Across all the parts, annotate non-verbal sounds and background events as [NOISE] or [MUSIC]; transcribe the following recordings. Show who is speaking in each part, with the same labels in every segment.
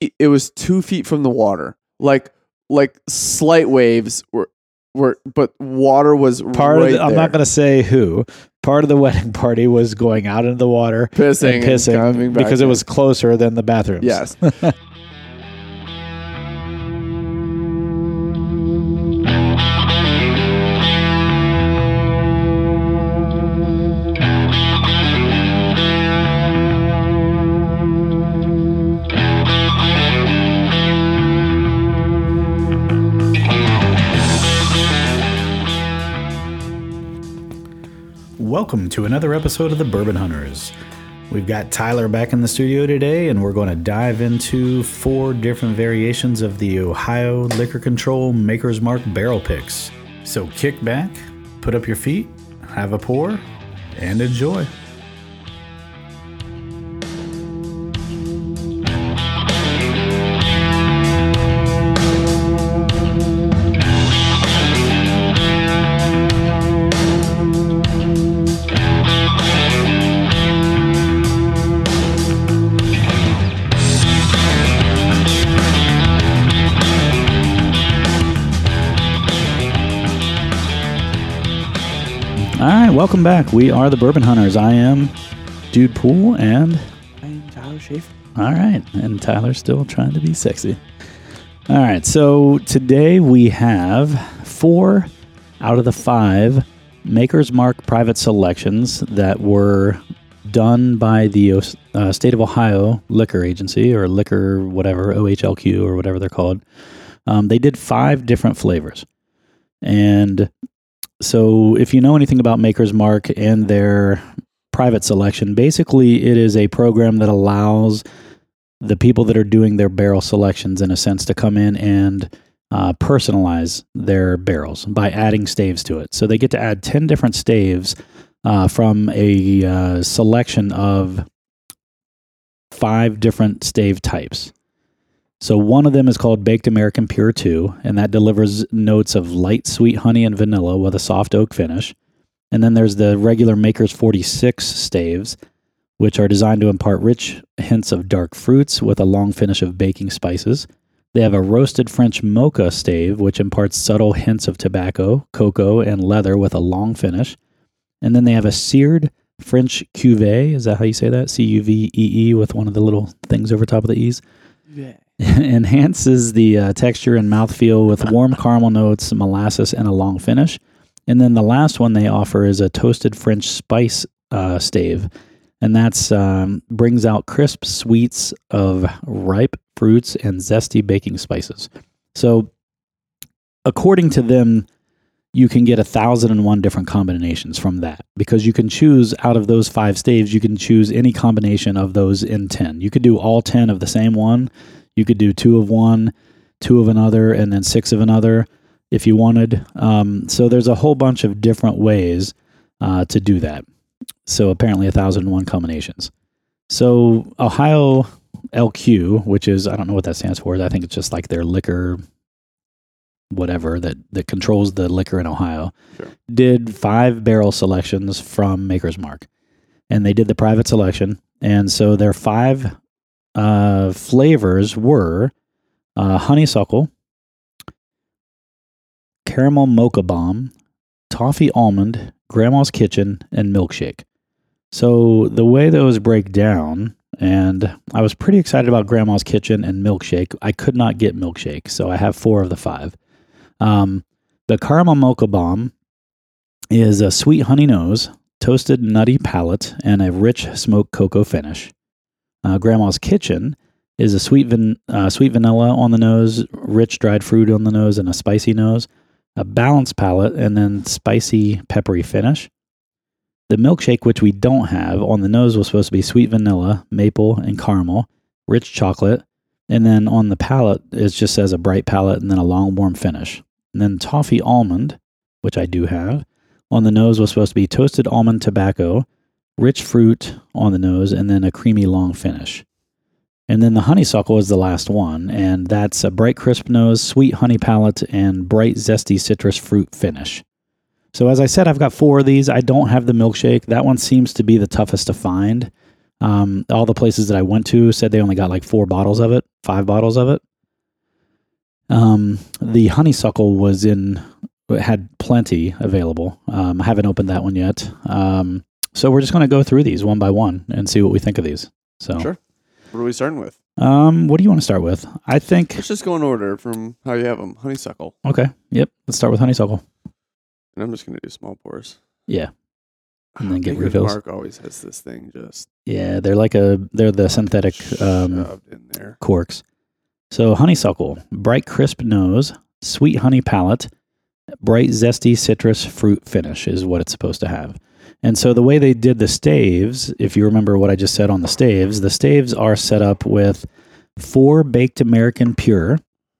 Speaker 1: it- it was two feet from the water. Like like slight waves were were but water was
Speaker 2: Part
Speaker 1: right
Speaker 2: of the, I'm not
Speaker 1: there.
Speaker 2: going to say who. Part of the wedding [LAUGHS] party was going out into the water
Speaker 1: pissing
Speaker 2: and
Speaker 1: and
Speaker 2: pissing
Speaker 1: coming back
Speaker 2: because it
Speaker 1: in.
Speaker 2: was closer than the bathrooms. [LAUGHS]
Speaker 1: Yes.
Speaker 2: Welcome to another episode of the Bourbon Hunters. We've got Tyler back in the studio today, and we're going to dive into four different variations of the Ohio Liquor Control Maker's Mark barrel picks. So kick back, put up your feet, have a pour, and enjoy. All right, welcome back. We are the Bourbon Hunters. I am Dude Pool, and All right, and Tyler's still trying to be sexy. All right, so today we have four out of the five Maker's Mark private selections that were done by the uh, State of Ohio Liquor Agency or Liquor, whatever, OHLQ or whatever they're called. Um, they did five different flavors. And so if you know anything about Maker's Mark and their private selection, basically it is a program that allows the people that are doing their barrel selections in a sense to come in and uh, personalize their barrels by adding staves to it. So they get to add 10 different staves uh, from a uh, selection of five different stave types. So one of them is called Baked American Pure 2, and that delivers notes of light sweet honey and vanilla with a soft oak finish. And then there's the regular Maker's 46 staves, which are designed to impart rich hints of dark fruits with a long finish of baking spices. They have a roasted French mocha stave, which imparts subtle hints of tobacco, cocoa, and leather with a long finish. And then they have a seared French cuvee. Is that how you say that? C U V E E with one of the little things over top of the E's. [LAUGHS] Enhances the uh, texture and mouthfeel with warm caramel notes, molasses, and a long finish. And then the last one they offer is a toasted French spice uh, stave and that's um, brings out crisp sweets of ripe fruits and zesty baking spices. So, according to them, you can get a thousand and one different combinations from that because you can choose out of those five staves, you can choose any combination of those in ten. You could do all ten of the same one, you could do two of one, two of another, and then six of another if you wanted. Um, so, there's a whole bunch of different ways uh, to do that so apparently 1001 combinations so ohio lq which is i don't know what that stands for i think it's just like their liquor whatever that that controls the liquor in ohio
Speaker 1: Sure.
Speaker 2: did five barrel selections from maker's mark and they did the private selection and so their five uh, flavors were uh, honeysuckle caramel mocha bomb toffee almond, grandma's kitchen, and milkshake. So the way those break down, and I was pretty excited about grandma's kitchen and milkshake. I could not get milkshake, so I have four of the five. Um, the caramel mocha bomb is a sweet honey nose, toasted nutty palate, and a rich smoked cocoa finish. Uh, grandma's kitchen is a sweet van- uh, sweet vanilla on the nose, rich dried fruit on the nose, and a spicy nose a balanced palate, and then spicy, peppery finish. The milkshake, which we don't have on the nose, was supposed to be sweet vanilla, maple, and caramel, rich chocolate, and then on the palate, it just says a bright palate and then a long, warm finish. And then toffee almond, which I do have, on the nose was supposed to be toasted almond tobacco, rich fruit on the nose, and then a creamy, long finish. And then the honeysuckle is the last one, and that's a bright crisp nose, sweet honey palate, and bright zesty citrus fruit finish. So as I said, I've got four of these. I don't have the milkshake. That one seems to be the toughest to find. Um, all the places that I went to said they only got like four bottles of it, five bottles of it. Um, the honeysuckle was in had plenty available. Um, I haven't opened that one yet. Um, so we're just going to go through these one by one and see what we think of these. So,
Speaker 1: Sure. What are we starting with?
Speaker 2: um, what do you want to start with? I think
Speaker 1: Let's just go in order from how you have them. Honeysuckle,
Speaker 2: okay. Yep, let's start with honeysuckle.
Speaker 1: and I'm just gonna do small pours.
Speaker 2: Yeah.
Speaker 1: [SIGHS]
Speaker 2: And then get
Speaker 1: Baker's
Speaker 2: refills.
Speaker 1: Mark always has this thing just
Speaker 2: Yeah, they're like a they're the synthetic um,
Speaker 1: shoved in there.
Speaker 2: corks. So honeysuckle, bright crisp nose, sweet honey palate, bright zesty citrus fruit finish is what it's supposed to have. And so the way they did the staves, if you remember what I just said on the staves, the staves are set up with four baked American pure,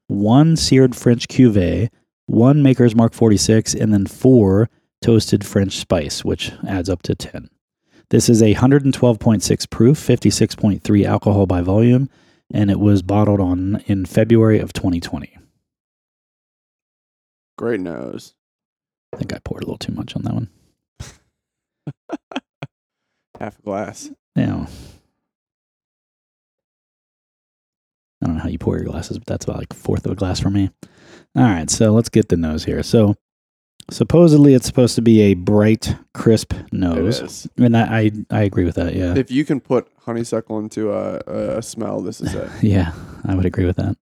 Speaker 2: one seared French cuvee, one Maker's Mark 46, and then four toasted French spice, which adds up to 10. This is a 112.6 proof, 56.3 alcohol by volume, and it was bottled on in February of 2020.
Speaker 1: Great nose.
Speaker 2: I think I poured a little too much on that one.
Speaker 1: Half a glass.
Speaker 2: Now, I don't know how you pour your glasses, but that's about like a fourth of a glass for me. All right, so let's get the nose here. So, supposedly it's supposed to be a bright, crisp nose,
Speaker 1: It is.
Speaker 2: and I, I I agree with that. Yeah,
Speaker 1: If you can put honeysuckle into a, a smell, this is [SIGHS] it.
Speaker 2: yeah, I would agree with that.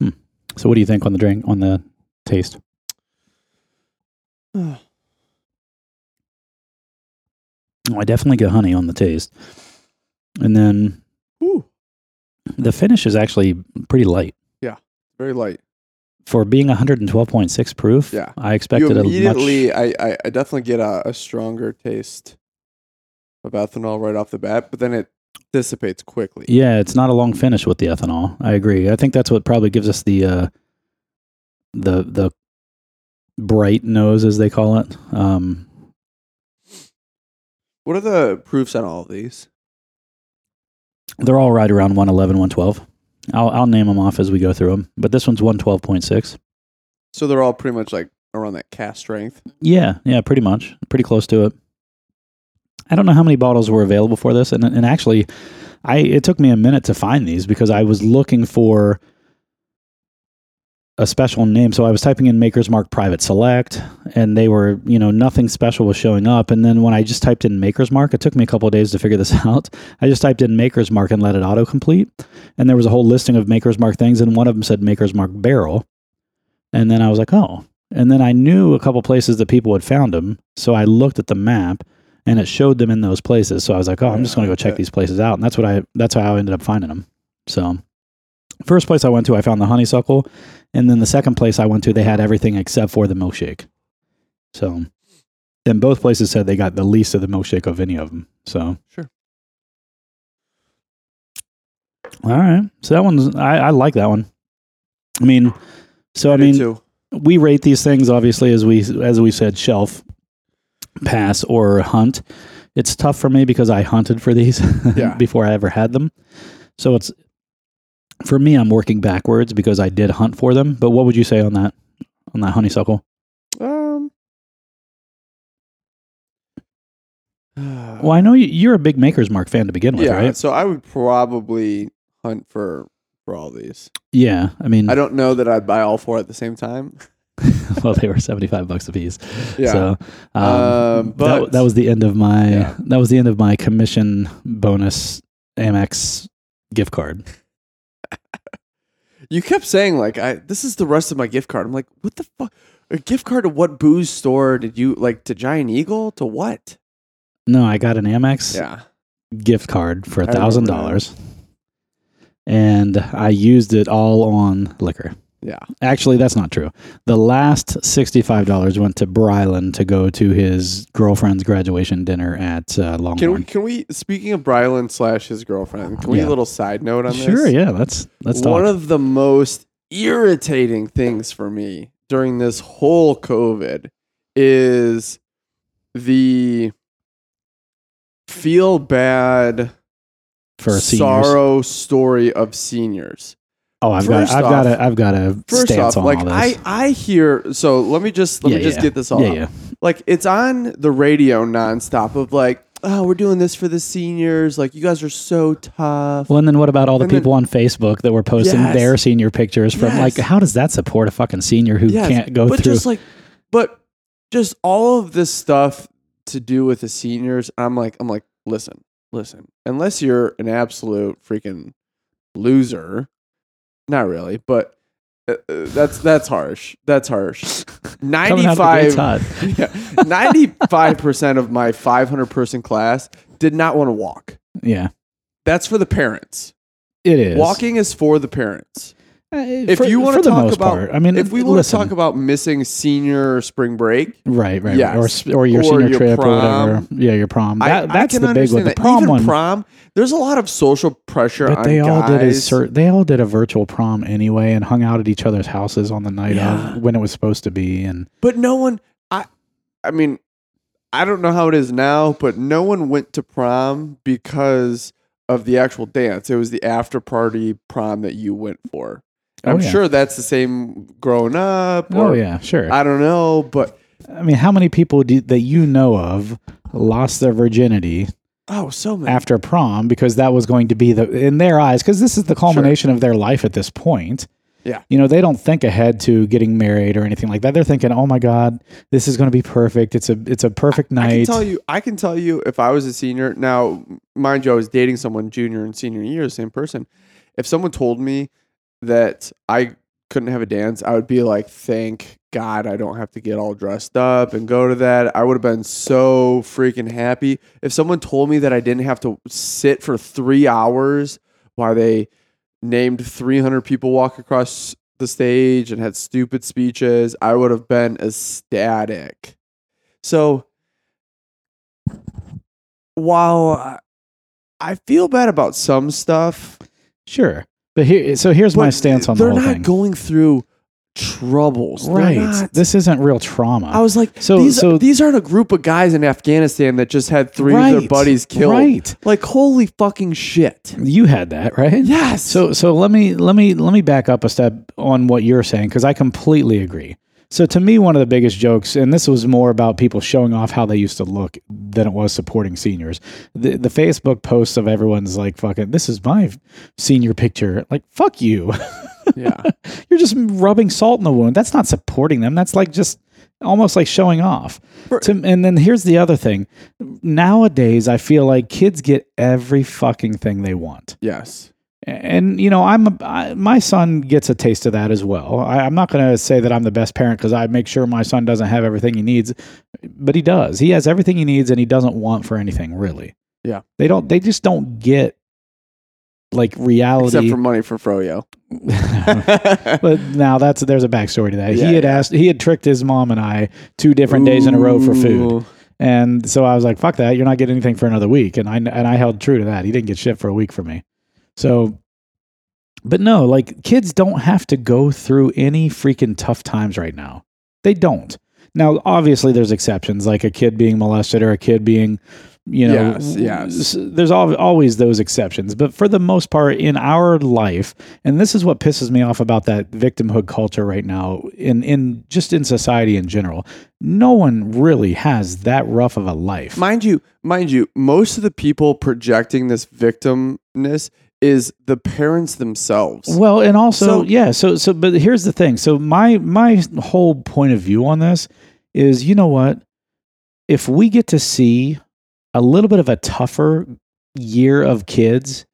Speaker 2: Hmm. So, what do you think on the drink on the taste? Oh, I definitely get honey on the taste, and then
Speaker 1: Ooh,
Speaker 2: the finish is actually pretty light.
Speaker 1: very light.
Speaker 2: for being 112.6 proof,
Speaker 1: Yeah.
Speaker 2: I
Speaker 1: You
Speaker 2: expected a much.
Speaker 1: immediately, I, I, I definitely get a, a stronger taste of ethanol right off the bat, but then it dissipates quickly.
Speaker 2: Yeah, it's not a long finish with the ethanol. I agree. I think that's what probably gives us the uh, the the bright nose, as they call it. Um,
Speaker 1: What are the proofs on all of these?
Speaker 2: they're all right around 111, 112. I'll I'll name them off as we go through them. But this one's 112.6.
Speaker 1: So they're all pretty much like around that cast strength.
Speaker 2: Yeah, yeah, pretty much, pretty close to it. I don't know how many bottles were available for this, and and actually, I it took me a minute to find these because I was looking for a special name. So I was typing in Maker's Mark Private Select, and they were you know nothing special was showing up. And then when I just typed in Maker's Mark, it took me a couple of days to figure this [LAUGHS] out. I just typed in Maker's Mark and let it autocomplete, and there was a whole listing of Maker's Mark things, and one of them said Maker's Mark Barrel, and then I was like, oh. And then I knew a couple places that people had found them. So I looked at the map and it showed them in those places. So I was like, oh, I'm just going to go check these places out. And that's what I, that's how I ended up finding them. So first place I went to, I found the honeysuckle. And then the second place I went to, they had everything except for the milkshake. So then both places said they got the least of the milkshake of any of them. So
Speaker 1: Sure.
Speaker 2: All right. So that one's, I, I like that one. I mean, so I
Speaker 1: do
Speaker 2: mean,
Speaker 1: too.
Speaker 2: we rate these things obviously as we as we said shelf pass or hunt it's tough for me because i hunted for these [LAUGHS]
Speaker 1: Yeah.
Speaker 2: before i ever had them so it's for me i'm working backwards because i did hunt for them but what would you say on that on that honeysuckle
Speaker 1: Um.
Speaker 2: well
Speaker 1: [SIGHS]
Speaker 2: i know you- you're a big maker's mark fan to begin with
Speaker 1: yeah.
Speaker 2: right
Speaker 1: So I would probably hunt for for all these.
Speaker 2: yeah i mean
Speaker 1: I don't know that I'd buy all four at the same time.
Speaker 2: [LAUGHS] well they were 75 bucks a piece
Speaker 1: Yeah.
Speaker 2: so um,
Speaker 1: Um,
Speaker 2: that,
Speaker 1: but-
Speaker 2: that was the end of my
Speaker 1: Yeah.
Speaker 2: that was the end of my commission bonus amex gift card
Speaker 1: You kept saying like, "I this is the rest of my gift card." I'm like, "What the fuck? A gift card to what booze store did you like to Giant Eagle to what?"
Speaker 2: No, I got an Amex
Speaker 1: Yeah.
Speaker 2: gift card for
Speaker 1: I remember
Speaker 2: thousand dollars, and I used it all on liquor.
Speaker 1: Yeah.
Speaker 2: Actually, that's not true. The last sixty-five dollars went to Brylan to go to his girlfriend's graduation dinner at uh,
Speaker 1: Can we,
Speaker 2: Longhorn.
Speaker 1: can we speaking of Brylan slash his girlfriend? Can we
Speaker 2: Yeah.
Speaker 1: a little side note on this?
Speaker 2: sure, yeah, let's let's talk.
Speaker 1: One of the most irritating things for me during this whole COVID is the feel bad
Speaker 2: for seniors.
Speaker 1: sorrow story of seniors.
Speaker 2: Oh, I've got
Speaker 1: First
Speaker 2: I've
Speaker 1: off-
Speaker 2: got a I've got a
Speaker 1: First off,
Speaker 2: stance on
Speaker 1: like
Speaker 2: all this.
Speaker 1: I I hear so let me just let
Speaker 2: Yeah,
Speaker 1: me just
Speaker 2: yeah.
Speaker 1: get this all
Speaker 2: yeah,
Speaker 1: out.
Speaker 2: yeah,
Speaker 1: Like it's on the radio nonstop of like oh, we're doing this for the seniors. Like, you guys are so tough.
Speaker 2: Well, and then what about all the
Speaker 1: And then-
Speaker 2: people on Facebook that were posting
Speaker 1: Yes.
Speaker 2: their senior pictures from? Like,
Speaker 1: Yes.
Speaker 2: how does that support a fucking senior who
Speaker 1: Yes,
Speaker 2: can't go
Speaker 1: but
Speaker 2: through?
Speaker 1: just like, but just all of this stuff to do with the seniors. I'm like, I'm like, listen, listen. Unless you're an absolute freaking loser, not really, but uh, uh, that's that's harsh. That's harsh.
Speaker 2: [LAUGHS] coming out of the
Speaker 1: Ninety-five.
Speaker 2: gates hot.
Speaker 1: Yeah, 95% of my 500 person class did not want to walk.
Speaker 2: Yeah,
Speaker 1: That's for the parents.
Speaker 2: it is
Speaker 1: Walking is for the parents.
Speaker 2: Uh,
Speaker 1: If
Speaker 2: for-
Speaker 1: you want
Speaker 2: for
Speaker 1: to
Speaker 2: the
Speaker 1: talk
Speaker 2: most
Speaker 1: about,
Speaker 2: part, I mean,
Speaker 1: if we want
Speaker 2: listen,
Speaker 1: to talk about missing senior or spring break,
Speaker 2: right, right,
Speaker 1: Yes.
Speaker 2: right, or s- or your
Speaker 1: Or
Speaker 2: senior
Speaker 1: your
Speaker 2: trip or
Speaker 1: prom.
Speaker 2: whatever. Yeah, your prom.
Speaker 1: I-
Speaker 2: That,
Speaker 1: I,
Speaker 2: that's
Speaker 1: can
Speaker 2: the big one.
Speaker 1: understand
Speaker 2: The
Speaker 1: that.
Speaker 2: prom
Speaker 1: Even
Speaker 2: one.
Speaker 1: prom, there's a lot of social pressure.
Speaker 2: but
Speaker 1: on
Speaker 2: they all did a
Speaker 1: guys.
Speaker 2: cert, they all did a virtual prom anyway and hung out at each other's houses on the night
Speaker 1: Yeah.
Speaker 2: of when it was supposed to be and
Speaker 1: But no one, I, I mean, I don't know how it is now, but no one went to prom because of the actual dance. It was the after party prom that you went for. And
Speaker 2: Oh,
Speaker 1: I'm
Speaker 2: yeah.
Speaker 1: sure that's the same growing up. Or,
Speaker 2: oh yeah sure
Speaker 1: I don't know, but
Speaker 2: I mean, how many people do, that you know of lost their virginity
Speaker 1: oh, so many.
Speaker 2: after prom because that was going to be the in their eyes because this is the culmination of their life at this point.
Speaker 1: Yeah.
Speaker 2: You know, they don't think ahead to getting married or anything like that. They're thinking, "Oh my god, this is going to be perfect. It's a it's a
Speaker 1: I
Speaker 2: perfect
Speaker 1: can
Speaker 2: night."
Speaker 1: tell you, I can tell you if I was a senior. Now, mind you, I was dating someone junior and senior year, same person. If someone told me that I couldn't have a dance, I would be like, thank God I don't have to get all dressed up and go to that. I would have been so freaking happy. If someone told me that I didn't have to sit for three hours while they named 300 people walk across the stage and had stupid speeches, I would have been ecstatic. So, while I- I feel bad about some stuff,
Speaker 2: sure, but here, so here's my
Speaker 1: but
Speaker 2: stance on the
Speaker 1: they're
Speaker 2: whole
Speaker 1: not
Speaker 2: thing.
Speaker 1: going through troubles, They're
Speaker 2: right,
Speaker 1: not.
Speaker 2: this isn't real trauma.
Speaker 1: I was like,
Speaker 2: So-
Speaker 1: these
Speaker 2: so-
Speaker 1: these aren't a group of guys in Afghanistan that just had three of their
Speaker 2: Right,
Speaker 1: buddies killed.
Speaker 2: Right,
Speaker 1: Like, holy fucking shit!
Speaker 2: you had that right.
Speaker 1: Yes.
Speaker 2: So so let me let me let me back up a step on what you're saying because I completely agree. So to me, one of the biggest jokes, and this was more about people showing off how they used to look than it was supporting seniors. The the Facebook posts of everyone's like, "Fucking, this is my senior picture." Like, fuck you. [LAUGHS]
Speaker 1: yeah,
Speaker 2: you're just rubbing salt in the wound. That's not supporting them. That's like just almost like showing off.
Speaker 1: Right.
Speaker 2: To- and then here's the other thing. Nowadays, I feel like kids get every fucking thing they want [LAUGHS]
Speaker 1: yes,
Speaker 2: and you know i'm a, I, my son gets a taste of that as well I, i'm not going to say that i'm the best parent because i make sure my son doesn't have everything he needs but he does he has everything he needs and he doesn't want for anything really
Speaker 1: Yeah.
Speaker 2: they don't they just don't get like reality
Speaker 1: except for money for Froyo. [LAUGHS]
Speaker 2: [LAUGHS] but now that's there's a backstory to that
Speaker 1: Yeah,
Speaker 2: he had asked he had tricked his mom and i two different days in a row for food
Speaker 1: Ooh.
Speaker 2: and so I was like, "Fuck that! You're not getting anything for another week." And I and I held true to that. He didn't get shit for a week from me. So, but no, like kids don't have to go through any freaking tough times right now. They don't. Now, obviously, there's exceptions, like a kid being molested or a kid being, you know,
Speaker 1: Yes, yes.
Speaker 2: s- there's al- always those exceptions. But for the most part, in our life, and this is what pisses me off about that victimhood culture right now, in in just in society in general, no one really has that rough of a life.
Speaker 1: mind you mind you most of the people projecting this victimness is the parents themselves
Speaker 2: Well, and also
Speaker 1: So-
Speaker 2: yeah, so so but here's the thing. So my my whole point of view on this is you know what? If we get to see a little bit of a tougher year of kids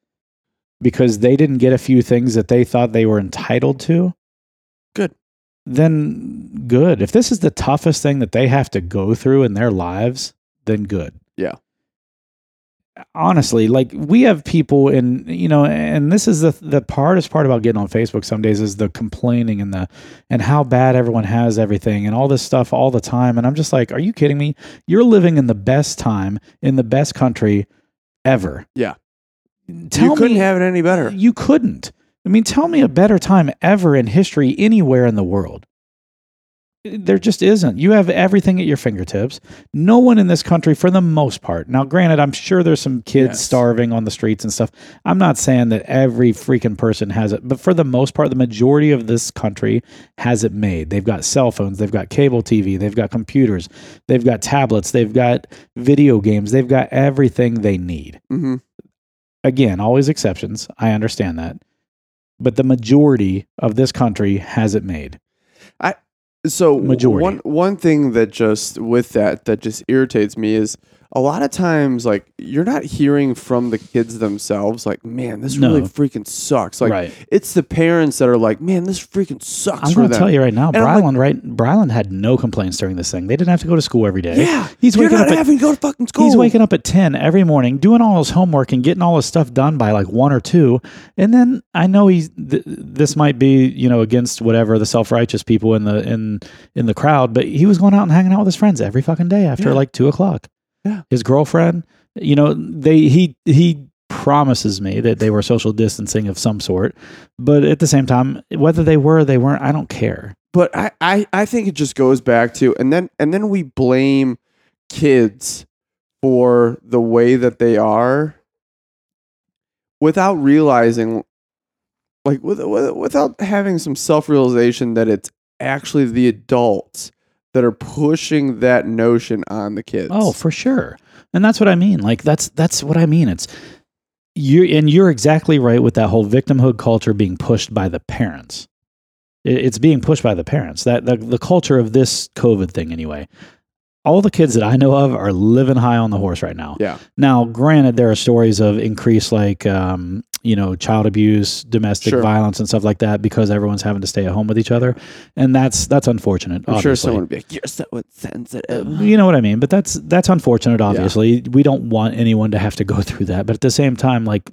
Speaker 2: because they didn't get a few things that they thought they were entitled to,
Speaker 1: Good.
Speaker 2: Then good. If this is the toughest thing that they have to go through in their lives, then good.
Speaker 1: Yeah.
Speaker 2: Honestly, like we have people in, you know, and this is the the hardest part about getting on Facebook some days is the complaining and the and how bad everyone has everything and all this stuff all the time and I'm just like, are you kidding me? You're living in the best time in the best country ever.
Speaker 1: Yeah.
Speaker 2: Tell
Speaker 1: you couldn't
Speaker 2: me
Speaker 1: have it any better
Speaker 2: you couldn't. I mean, tell me a better time ever in history anywhere in the world. there just isn't. You have everything at your fingertips. No one in this country, for the most part. Now, granted, I'm sure there's some kids
Speaker 1: Yes.
Speaker 2: starving on the streets and stuff. I'm not saying that every freaking person has it, but for the most part, the majority of this country has it made. They've got cell phones, they've got cable TV, they've got computers, they've got tablets, they've got video games, they've got everything they need
Speaker 1: hmm
Speaker 2: again, always exceptions. I understand that. But the majority of this country has it made.
Speaker 1: So
Speaker 2: Majority.
Speaker 1: one one thing that just with that that just irritates me is a lot of times like you're not hearing from the kids themselves like man this
Speaker 2: No.
Speaker 1: really freaking sucks like
Speaker 2: right.
Speaker 1: it's the parents that are like man this freaking sucks
Speaker 2: I'm
Speaker 1: for
Speaker 2: going to
Speaker 1: them.
Speaker 2: tell you right now,
Speaker 1: And I'm
Speaker 2: Bryland, right? Bryland had no complaints during this thing. They didn't have to go to school every day.
Speaker 1: yeah
Speaker 2: He's
Speaker 1: you're
Speaker 2: waking
Speaker 1: not
Speaker 2: up at-
Speaker 1: having to go to fucking school
Speaker 2: He's waking up at 10 every morning, doing all his homework and getting all his stuff done by like one or two. And then I know he's, th- this might be, you know, against whatever the self-righteous people in the, in, in the crowd, but he was going out and hanging out with his friends every fucking day after
Speaker 1: Yeah.
Speaker 2: like two o'clock.
Speaker 1: Yeah.
Speaker 2: His girlfriend, you know, they, he, he promises me that they were social distancing of some sort, but at the same time, whether they were, or they weren't, I don't care.
Speaker 1: but I, I I think it just goes back to and then and then we blame kids for the way that they are without realizing like with, with, without having some self-realization that it's actually the adults that are pushing that notion on the kids.
Speaker 2: Oh, for sure. And that's what I mean. Like that's that's what I mean. It's you and you're exactly right with that whole victimhood culture being pushed by the parents. It- It's being pushed by the parents. That, that the culture of this COVID thing anyway. All the kids that I know of are living high on the horse right now.
Speaker 1: Yeah.
Speaker 2: Now, granted, there are stories of increased like um, you know child abuse, domestic
Speaker 1: Sure.
Speaker 2: violence, and stuff like that because everyone's having to stay at home with each other, and that's that's unfortunate.
Speaker 1: I'm sure
Speaker 2: obviously
Speaker 1: someone would be like, "You're so insensitive."
Speaker 2: Uh, you know what I mean. But that's that's unfortunate. Obviously, we don't want anyone to have to go [LAUGHS] through that. But at the same time, like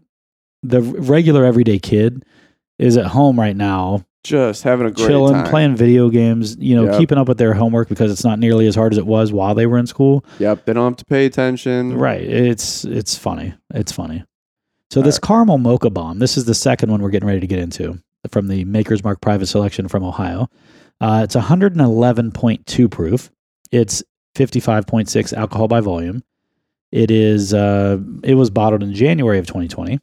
Speaker 2: the regular everyday kid is at home right now,
Speaker 1: Just having a great
Speaker 2: chilling,
Speaker 1: time.
Speaker 2: playing video games. You know,
Speaker 1: Yep.
Speaker 2: keeping up with their homework because it's not nearly as hard as it was while they were in school.
Speaker 1: Yep, they don't have to pay attention.
Speaker 2: Right. It's it's funny. It's funny. So this caramel mocha bomb. This is the second one we're getting ready to get into from the Maker's Mark Private Selection from Ohio. Uh, it's 111.2 proof. It's 55.6 alcohol by volume. It is. Uh, it was bottled in January of 2020.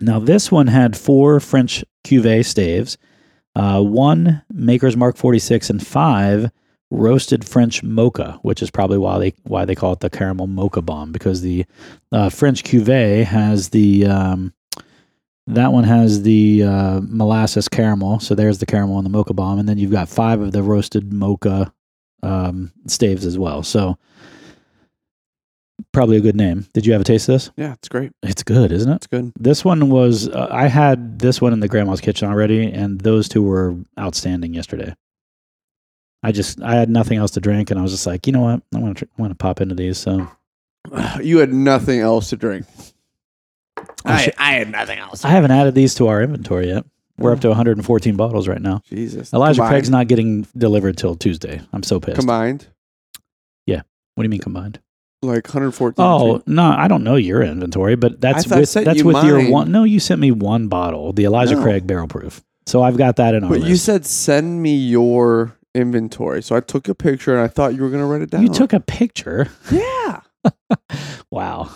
Speaker 2: Now this one had four French cuvee staves, uh, one Maker's Mark 46, and five roasted French mocha, which is probably why they why they call it the caramel mocha bomb because the uh, French cuvee has the um, that one has the uh, molasses caramel. So there's the caramel and the mocha bomb, and then you've got five of the roasted mocha um, staves as well. So probably a good name. Did you have a taste of this?
Speaker 1: Yeah, it's great.
Speaker 2: It's good, isn't it?
Speaker 1: It's good.
Speaker 2: This one was uh, I had this one in the grandma's kitchen already, and those two were outstanding yesterday. I just I had nothing else to drink, and I was just like, you know what, I want to want to pop into these. So
Speaker 1: [SIGHS] You had nothing else to drink.
Speaker 2: I should-
Speaker 1: I had nothing else.
Speaker 2: I haven't added these to our inventory yet. We're up to 114 bottles right now.
Speaker 1: Jesus.
Speaker 2: Elijah
Speaker 1: combined,
Speaker 2: Craig's not getting delivered till Tuesday. I'm so pissed.
Speaker 1: combined
Speaker 2: What do you mean combined?
Speaker 1: like 114.
Speaker 2: Oh no, I don't know your inventory, but that's
Speaker 1: thought I
Speaker 2: with
Speaker 1: sent
Speaker 2: that's
Speaker 1: you
Speaker 2: with your
Speaker 1: mine.
Speaker 2: one. No, you sent me one bottle, the Elijah
Speaker 1: No.
Speaker 2: Craig Barrel Proof. So I've got that in our
Speaker 1: but you
Speaker 2: list.
Speaker 1: said send me your inventory, so I took a picture and I thought you were gonna write it down.
Speaker 2: you took a picture.
Speaker 1: [LAUGHS] yeah,
Speaker 2: Wow.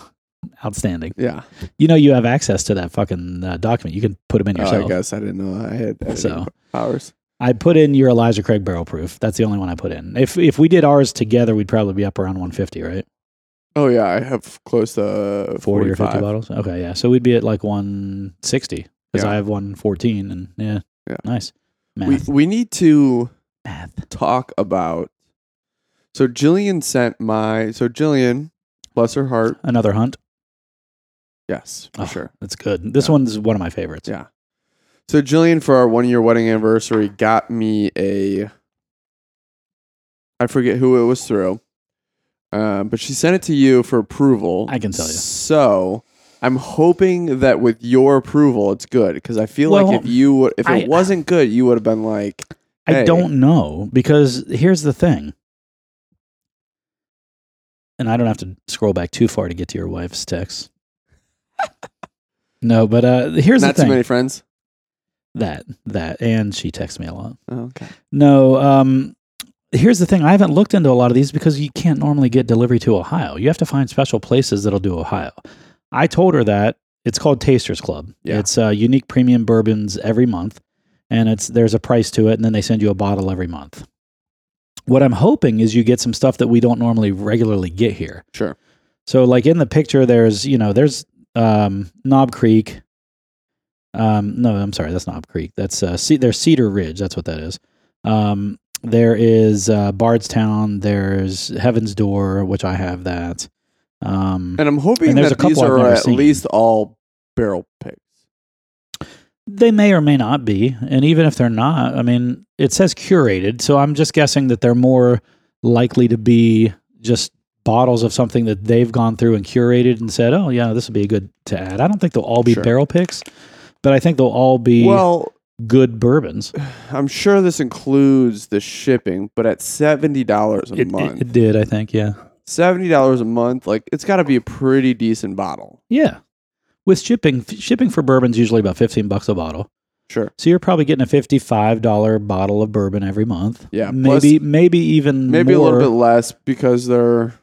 Speaker 2: Outstanding.
Speaker 1: yeah.
Speaker 2: You know, you have access to that fucking uh, document. You can put them in
Speaker 1: Oh, I
Speaker 2: yourself.
Speaker 1: guess I didn't know I had that
Speaker 2: So.
Speaker 1: powers.
Speaker 2: I put in your Elijah Craig barrel proof. That's the only one I put in. If if we did ours together, we'd probably be up around 150, right?
Speaker 1: Oh yeah, I have close to
Speaker 2: 40 or 50
Speaker 1: 45.
Speaker 2: bottles. Okay, yeah. So we'd be at like 160 because
Speaker 1: Yeah.
Speaker 2: I have 114 and yeah.
Speaker 1: Yeah.
Speaker 2: Nice.
Speaker 1: We
Speaker 2: Math.
Speaker 1: we need to
Speaker 2: Math.
Speaker 1: talk about. So Jillian sent my so Jillian, bless her heart.
Speaker 2: Another hunt.
Speaker 1: Yes, for
Speaker 2: Oh.
Speaker 1: sure.
Speaker 2: That's good. This
Speaker 1: Yeah.
Speaker 2: one's one of my favorites.
Speaker 1: Yeah. So Jillian, for our one year wedding anniversary, got me a. I forget who it was through, um, but she sent it to you for approval.
Speaker 2: I can tell you.
Speaker 1: So I'm hoping that with your approval, it's good because I feel
Speaker 2: Well,
Speaker 1: like if you would, if it
Speaker 2: I- uh,
Speaker 1: wasn't good, you would have been like,
Speaker 2: I
Speaker 1: Hey.
Speaker 2: don't know because here's the thing. And I don't have to scroll back too far to get to your wife's text. no, but uh here's
Speaker 1: not
Speaker 2: the
Speaker 1: too
Speaker 2: thing.
Speaker 1: many friends.
Speaker 2: That that and she texts me a lot.
Speaker 1: Oh, okay.
Speaker 2: No, um here's the thing I haven't looked into a lot of these because you can't normally get delivery to Ohio. You have to find special places that'll do Ohio. I told her that it's called Tasters Club.
Speaker 1: Yeah.
Speaker 2: It's uh, unique premium bourbons every month, and it's there's a price to it, and then they send you a bottle every month. What I'm hoping is you get some stuff that we don't normally regularly get here.
Speaker 1: Sure.
Speaker 2: So like in the picture, there's you know there's um, Knob Creek. Um, no, I'm sorry, that's Knob Creek. That's uh, Ce- there's Cedar Ridge. That's what that is. Um, there is uh, Bardstown. There's Heaven's Door, which I have that. Um,
Speaker 1: And I'm hoping
Speaker 2: And there's
Speaker 1: that
Speaker 2: a couple
Speaker 1: these
Speaker 2: I've
Speaker 1: are
Speaker 2: never
Speaker 1: at
Speaker 2: seen.
Speaker 1: least all barrel picks.
Speaker 2: they may or may not be, and even if they're not, I mean, it says curated, so I'm just guessing that they're more likely to be just bottles of something that they've gone through and curated and said, "Oh, yeah, this would be good to add." I don't think they'll all be
Speaker 1: Sure.
Speaker 2: barrel picks, but I think they'll all be
Speaker 1: Well,
Speaker 2: good bourbons.
Speaker 1: [SIGHS] I'm sure this includes the shipping, but at seventy dollars a
Speaker 2: It,
Speaker 1: month,
Speaker 2: it- it did, I think, yeah,
Speaker 1: seventy dollars a month, like it's got to be a pretty decent bottle.
Speaker 2: yeah. With shipping, f- shipping for bourbons usually about fifteen bucks a bottle.
Speaker 1: Sure.
Speaker 2: So you're probably getting a fifty-five dollar bottle of bourbon every month.
Speaker 1: Yeah, plus-
Speaker 2: maybe maybe even
Speaker 1: Maybe a
Speaker 2: more.
Speaker 1: little bit less because they're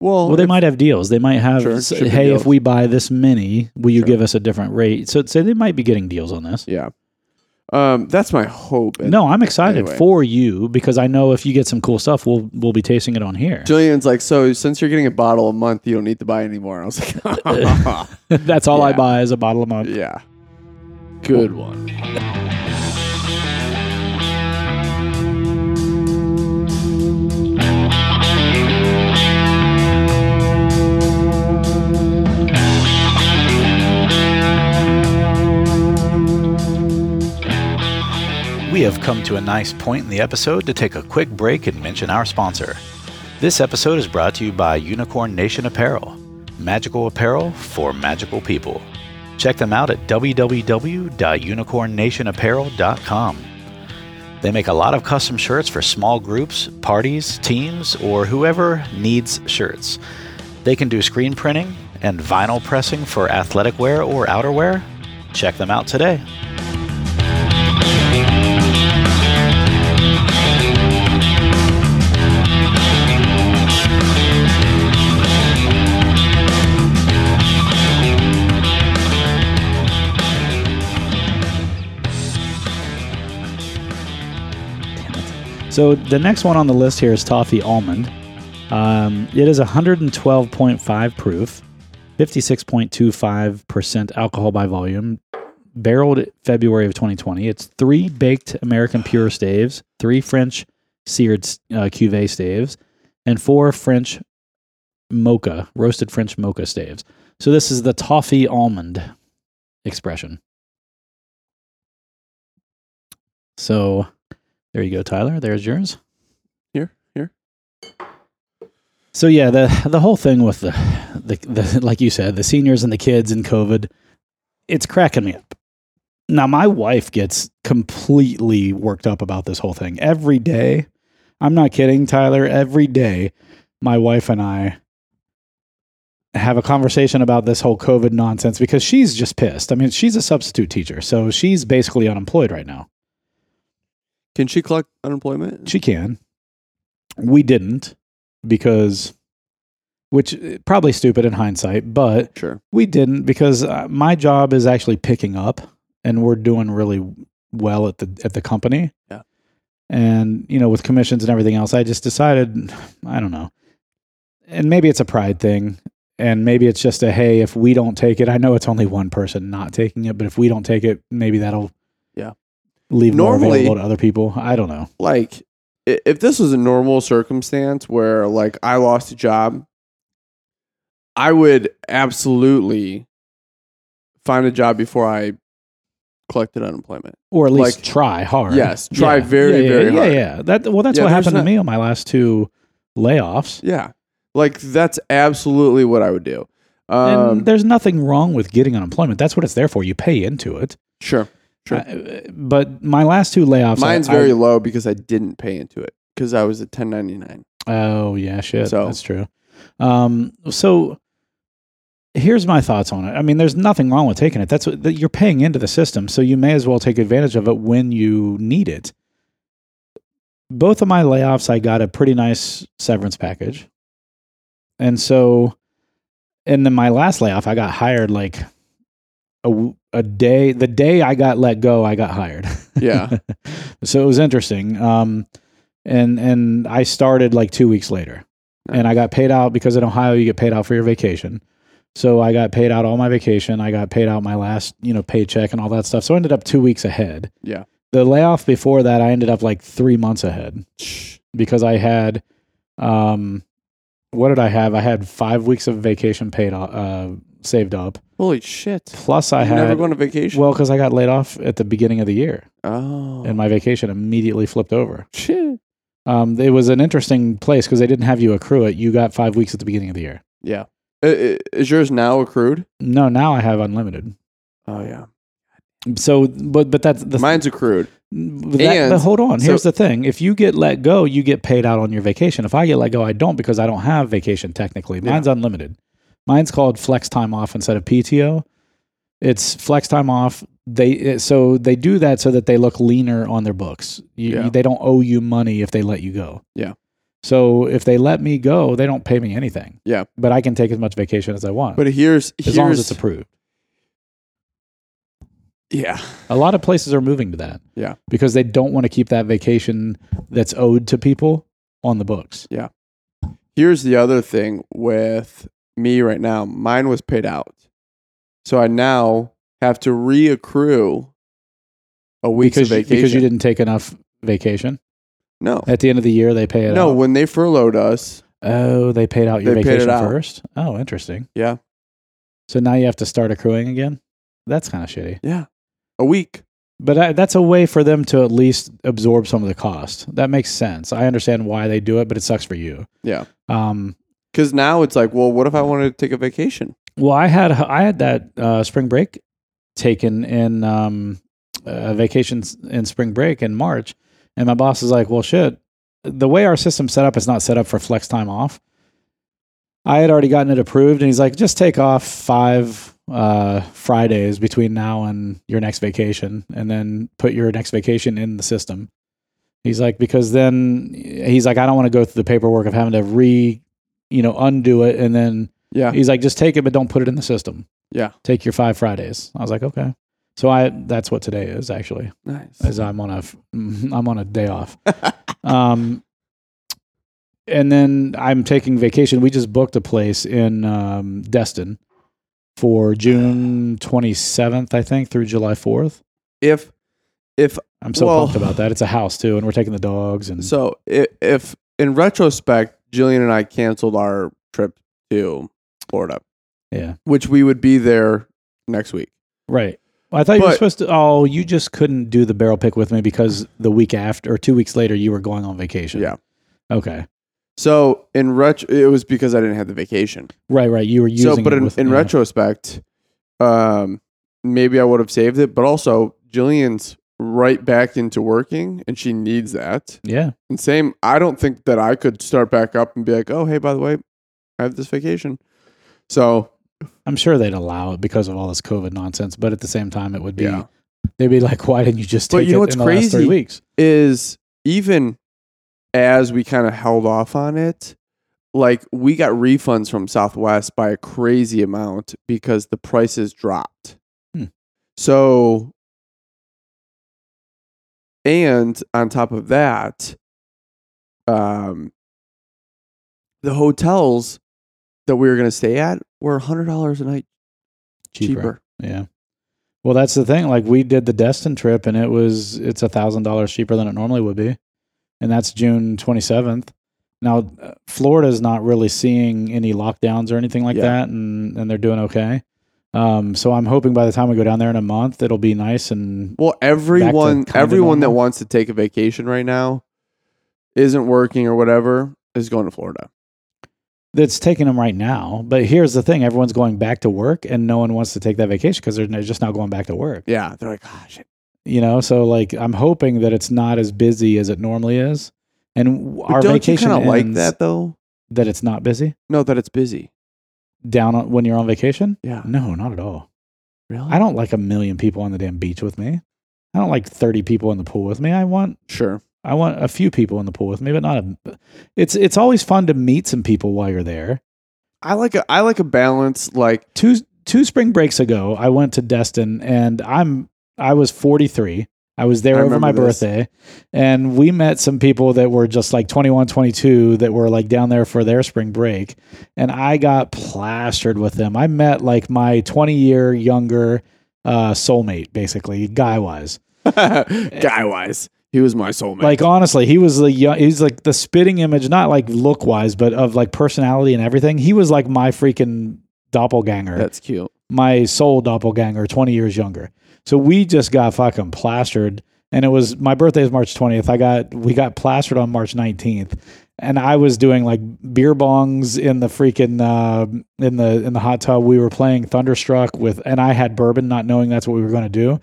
Speaker 1: well.
Speaker 2: Well, they
Speaker 1: if-
Speaker 2: might have deals. They might have,
Speaker 1: Sure,
Speaker 2: s-
Speaker 1: shipping
Speaker 2: hey,
Speaker 1: deals.
Speaker 2: if we buy this many, will you
Speaker 1: Sure.
Speaker 2: give us a different rate? So, so they might be getting deals on this.
Speaker 1: Yeah. Um, that's my hope. And
Speaker 2: No, I'm excited
Speaker 1: anyway.
Speaker 2: for you because I know if you get some cool stuff, we'll we'll be tasting it on here.
Speaker 1: Jillian's like, so since you're getting a bottle a month, you don't need to buy anymore. I was like,
Speaker 2: [LAUGHS]
Speaker 1: [LAUGHS]
Speaker 2: That's all I
Speaker 1: Yeah.
Speaker 2: buy is a bottle a month.
Speaker 1: yeah, good one.
Speaker 2: We have come to a nice point in the episode to take a quick break and mention our sponsor. This episode is brought to you by Unicorn Nation Apparel, magical apparel for magical people. Check them out at www.unicornnationapparel.com. They make a lot of custom shirts for small groups, parties, teams, or whoever needs shirts. They can do screen printing and vinyl pressing for athletic wear or outerwear. Check them out today. So the next one on the list here is toffee almond. Um, it is 112.5 proof, 56.25% alcohol by volume, barreled February of 2020. It's three baked American pure staves, three French seared uh, cuvee staves, and four French mocha, roasted French mocha staves. So this is the toffee almond expression. So there you go, Tyler. There's yours.
Speaker 1: Here, here.
Speaker 2: So yeah, the the whole thing with the, the the like you said, the seniors and the kids and COVID, it's cracking me up. Now my wife gets completely worked up about this whole thing every day. I'm not kidding, Tyler. Every day, my wife and I have a conversation about this whole COVID nonsense because she's just pissed. I mean, she's a substitute teacher, so she's basically unemployed right now.
Speaker 1: Can she collect unemployment?
Speaker 2: She can. We didn't because, which eh, probably stupid in hindsight, but
Speaker 1: Sure.
Speaker 2: we didn't because uh, my job is actually picking up, and we're doing really well at the at the company.
Speaker 1: Yeah.
Speaker 2: And you know, with commissions and everything else, I just decided, [SIGHS] I don't know, and maybe it's a pride thing, and maybe it's just a hey, if we don't take it, I know it's only one person not taking it, but if we don't take it, maybe that'll
Speaker 1: Yeah.
Speaker 2: leave more
Speaker 1: Normally-
Speaker 2: available to other people. I don't know.
Speaker 1: Like, i- if this was a normal circumstance where like I lost a job, I would absolutely find a job before I collected unemployment.
Speaker 2: or at least
Speaker 1: Like-
Speaker 2: try hard.
Speaker 1: Yes, try very,
Speaker 2: yeah,
Speaker 1: very
Speaker 2: yeah,
Speaker 1: hard.
Speaker 2: Yeah, yeah. That well, that's
Speaker 1: Yeah,
Speaker 2: what
Speaker 1: there's
Speaker 2: happened to
Speaker 1: not-
Speaker 2: me on my last two layoffs.
Speaker 1: Yeah. Like that's absolutely what I would do. Um,
Speaker 2: and there's nothing wrong with getting unemployment. That's what it's there for. You pay into it.
Speaker 1: sure. Sure.
Speaker 2: I- uh, but my last two layoffs, I-
Speaker 1: Mine's
Speaker 2: I-
Speaker 1: very low because I didn't pay into it because I was a 1099.
Speaker 2: Oh yeah, shit.
Speaker 1: So-
Speaker 2: That's true. Um, so here's my thoughts on it. I mean, there's nothing wrong with taking it. That's what that you're paying into the system, so you may as well take advantage of it when you need it. both of my layoffs, I got a pretty nice severance package. And so, and then my last layoff, I got hired like a, w- a day, the day I got let go, I got hired. [LAUGHS]
Speaker 1: Yeah.
Speaker 2: so it was interesting. Um, and, and I started like two weeks later and I got paid out because in Ohio, you get paid out for your vacation. So I got paid out all my vacation. I got paid out my last, you know, paycheck and all that stuff. So I ended up two weeks ahead.
Speaker 1: Yeah.
Speaker 2: The layoff before that, I ended up like three months ahead because I had, um, what did I have? I had five weeks of vacation paid, o- uh, saved up.
Speaker 1: Holy shit.
Speaker 2: Plus, I
Speaker 1: You're never
Speaker 2: had
Speaker 1: going to vacation.
Speaker 2: well because I got laid off at the beginning of the year,
Speaker 1: oh.
Speaker 2: and my vacation immediately flipped over.
Speaker 1: shit.
Speaker 2: Um, it was an interesting place because they didn't have you accrue it. You got five weeks at the beginning of the year.
Speaker 1: Yeah. I- I- Is yours now accrued?
Speaker 2: No, now I have unlimited.
Speaker 1: Oh yeah.
Speaker 2: So, but but that's the
Speaker 1: Mine's accrued.
Speaker 2: that, but
Speaker 1: and-
Speaker 2: hold on.
Speaker 1: so-
Speaker 2: Here's the thing: if you get let go, you get paid out on your vacation. If I get let go, I don't because I don't have vacation technically.
Speaker 1: Yeah.
Speaker 2: Mine's unlimited. Mine's called flex time off instead of PTO. It's flex time off. They eh, so they do that so that they look leaner on their books. You,
Speaker 1: Yeah.
Speaker 2: They don't owe you money if they let you go.
Speaker 1: Yeah.
Speaker 2: So if they let me go, they don't pay me anything.
Speaker 1: Yeah.
Speaker 2: But I can take as much vacation as I want,
Speaker 1: But here's here's
Speaker 2: as long as it's approved.
Speaker 1: yeah.
Speaker 2: A lot of places are moving to that.
Speaker 1: Yeah.
Speaker 2: Because they don't want to keep that vacation that's owed to people on the books.
Speaker 1: Here's the other thing with me right now. Mine was paid out, so I now have to reaccrue a week's
Speaker 2: Because
Speaker 1: of
Speaker 2: you,
Speaker 1: vacation.
Speaker 2: because you didn't take enough vacation.
Speaker 1: no
Speaker 2: At the end of the year, they pay it
Speaker 1: no
Speaker 2: out.
Speaker 1: when they furloughed us.
Speaker 2: Oh, they paid out your
Speaker 1: They paid it
Speaker 2: vacation
Speaker 1: out.
Speaker 2: first? Oh, interesting.
Speaker 1: Yeah.
Speaker 2: So now you have to start accruing again? That's kind of shitty.
Speaker 1: Yeah, a week.
Speaker 2: But I, that's a way for them to at least absorb some of the cost. That makes sense. I understand why they do it, but it sucks for you.
Speaker 1: Yeah.
Speaker 2: Um,
Speaker 1: Because now it's like, well, what if I wanted to take a vacation?
Speaker 2: Well, I had I had that uh, spring break taken in um, uh, vacations in spring break in March, and my boss is like, "Well, shit, the way our system's set up is not set up for flex time off." I had already gotten it approved, and he's like, "Just take off five uh, Fridays between now and your next vacation, and then put your next vacation in the system." He's like, because then he's like, I don't want to go through the paperwork of having to re, you know, undo it and then
Speaker 1: Yeah,
Speaker 2: He's like, just take it, but don't put it in the system.
Speaker 1: Yeah.
Speaker 2: Take your five Fridays. I was like, okay. So I that's what today is actually.
Speaker 1: nice.
Speaker 2: Is I'm on a f- [LAUGHS] I'm on a day
Speaker 1: [LAUGHS]
Speaker 2: off. um, and then I'm taking vacation. We just booked a place in um, Destin for June 27th, I think, through July 4th.
Speaker 1: If if
Speaker 2: I'm so
Speaker 1: Well-
Speaker 2: pumped about that. It's a house too, and we're taking the dogs and
Speaker 1: so, if, if in retrospect, Jillian and I canceled our trip to Florida,
Speaker 2: yeah,
Speaker 1: which we would be there next week.
Speaker 2: right. Well, I thought you were
Speaker 1: But-
Speaker 2: supposed to. Oh, you just couldn't do the barrel pick with me because the week after or two weeks later you were going on vacation.
Speaker 1: Yeah.
Speaker 2: Okay.
Speaker 1: So in retro, it was because I didn't have the vacation.
Speaker 2: Right, right. You were using.
Speaker 1: so, but
Speaker 2: it
Speaker 1: in,
Speaker 2: with-
Speaker 1: in
Speaker 2: yeah.
Speaker 1: retrospect, um, maybe I would have saved it. But also, Jillian's right back into working, and she needs that.
Speaker 2: yeah,
Speaker 1: And same, I don't think that I could start back up and be like, oh, hey, by the way, I have this vacation. So
Speaker 2: I'm sure they'd allow it because of all this COVID nonsense. But at the same time, it would be
Speaker 1: Yeah.
Speaker 2: they'd be like, "Why didn't you just
Speaker 1: But
Speaker 2: take
Speaker 1: you know
Speaker 2: it
Speaker 1: what's
Speaker 2: in the last three
Speaker 1: crazy?
Speaker 2: weeks?"
Speaker 1: is even as we kind of held off on it, like we got refunds from Southwest by a crazy amount because the prices dropped.
Speaker 2: Hmm.
Speaker 1: So, and on top of that, um, the hotels that we were going to stay at were $100 a night cheaper.
Speaker 2: Yeah. Well, that's the thing. Like we did the Destin trip, and it was it's a thousand dollars cheaper than it normally would be, and that's June 27th. Now, uh, Florida is not really seeing any lockdowns or anything like
Speaker 1: Yeah.
Speaker 2: that, and and they're doing okay. Um, so I'm hoping by the time we go down there in a month, it'll be nice and
Speaker 1: Well, everyone,
Speaker 2: kinda
Speaker 1: everyone that
Speaker 2: normal.
Speaker 1: wants to take a vacation right now, isn't working or whatever, is going to Florida.
Speaker 2: that's taking them right now. But here's the thing: everyone's going back to work, and no one wants to take that vacation because they're n- just now going back to work.
Speaker 1: Yeah, they're like, gosh, shit.
Speaker 2: You know, so like I'm hoping that it's not as busy as it normally is, and w-
Speaker 1: But
Speaker 2: our
Speaker 1: don't
Speaker 2: vacation
Speaker 1: you kind of like
Speaker 2: ends
Speaker 1: that though?
Speaker 2: that it's not busy
Speaker 1: No, that it's busy.
Speaker 2: down on, when you're on vacation.
Speaker 1: Yeah,
Speaker 2: No, not at all.
Speaker 1: really.
Speaker 2: I don't like a million people on the damn beach with me. I don't like 30 people in the pool with me. I want
Speaker 1: sure.
Speaker 2: I want a few people in the pool with me, but not a. It's it's always fun to meet some people while you're there.
Speaker 1: I like a I like a balance. Like [LAUGHS]
Speaker 2: Two two spring breaks ago, I went to Destin, and I'm I was 43. I was there
Speaker 1: I
Speaker 2: over my
Speaker 1: remember this.
Speaker 2: birthday, and we met some people that were just like 21, 22 that were like down there for their spring break, and I got plastered with them. I met like my 20 year younger uh, soulmate, basically guy wise.
Speaker 1: guy wise, he was my soulmate.
Speaker 2: Like honestly, he was the young, he's like the spitting image, not like look wise, but of like personality and everything. He was like my freaking doppelganger,
Speaker 1: that's cute.
Speaker 2: my soul doppelganger, twenty years younger. So we just got fucking plastered, and it was my birthday is March twentieth. I got we got plastered on March nineteenth, and I was doing like beer bongs in the freaking uh, in the in the hot tub. We were playing Thunderstruck with, and I had bourbon, not knowing that's what we were going to do.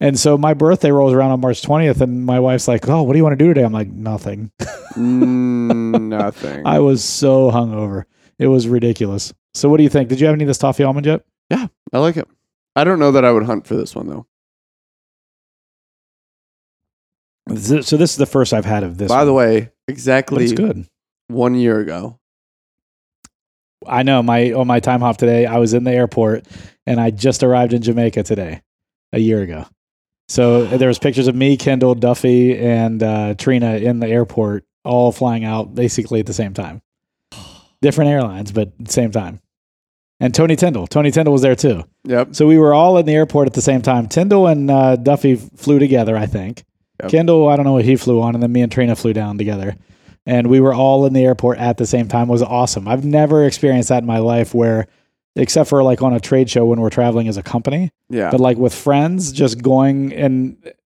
Speaker 2: And so my birthday rolls around on March 20th, and my wife's like, "Oh, what do you want to do today?" I'm like, "Nothing."
Speaker 1: Mm, nothing.
Speaker 2: [LAUGHS] I was so hungover; it was ridiculous. So, what do you think? Did you have any of this toffee almond yet?
Speaker 1: I like it. I don't know that I would hunt for this one though.
Speaker 2: Th- So, this is the first I've had of this.
Speaker 1: By the
Speaker 2: one,
Speaker 1: way,
Speaker 2: but it's
Speaker 1: exactly
Speaker 2: good.
Speaker 1: one year ago,
Speaker 2: I know my on my time hop today. I was in the airport, and I just arrived in Jamaica today, a year ago. So there was pictures of me, Kendall, Duffy, and uh, Trina in the airport, all flying out basically at the same time. Different airlines, but same time. And Tony Tyndall. Tony Tyndall was there too.
Speaker 1: Yep.
Speaker 2: So we were all in the airport at the same time. Tyndall and uh, Duffy flew together, I think.
Speaker 1: Yep.
Speaker 2: Kendall, I don't know what he flew on, and then me and Trina flew down together. And we were all in the airport at the same time. It was awesome. I've never experienced that in my life where, except for like on a trade show when we're traveling as a company,
Speaker 1: Yeah.
Speaker 2: but like with friends, just going and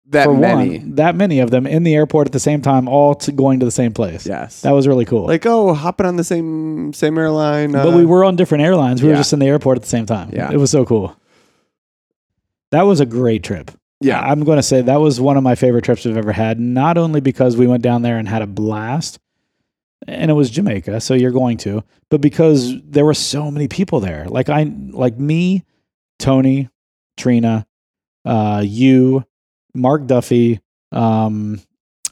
Speaker 1: that
Speaker 2: for
Speaker 1: many.
Speaker 2: one, that many of them in the airport at the same time, all to going to the same place.
Speaker 1: Yes.
Speaker 2: That was really cool.
Speaker 1: like oh, hopping on the same same airline.
Speaker 2: but
Speaker 1: uh,
Speaker 2: we were on different airlines. We were
Speaker 1: yeah.
Speaker 2: just in the airport at the same time.
Speaker 1: Yeah.
Speaker 2: It was so cool. That was a great trip.
Speaker 1: Yeah.
Speaker 2: I'm going to say that was one of my favorite trips I've ever had, not only because we went down there and had a blast, and it was Jamaica, so you're going to, but because there were so many people there. Like I like me, Tony, Trina, uh, you, Mark Duffy, um,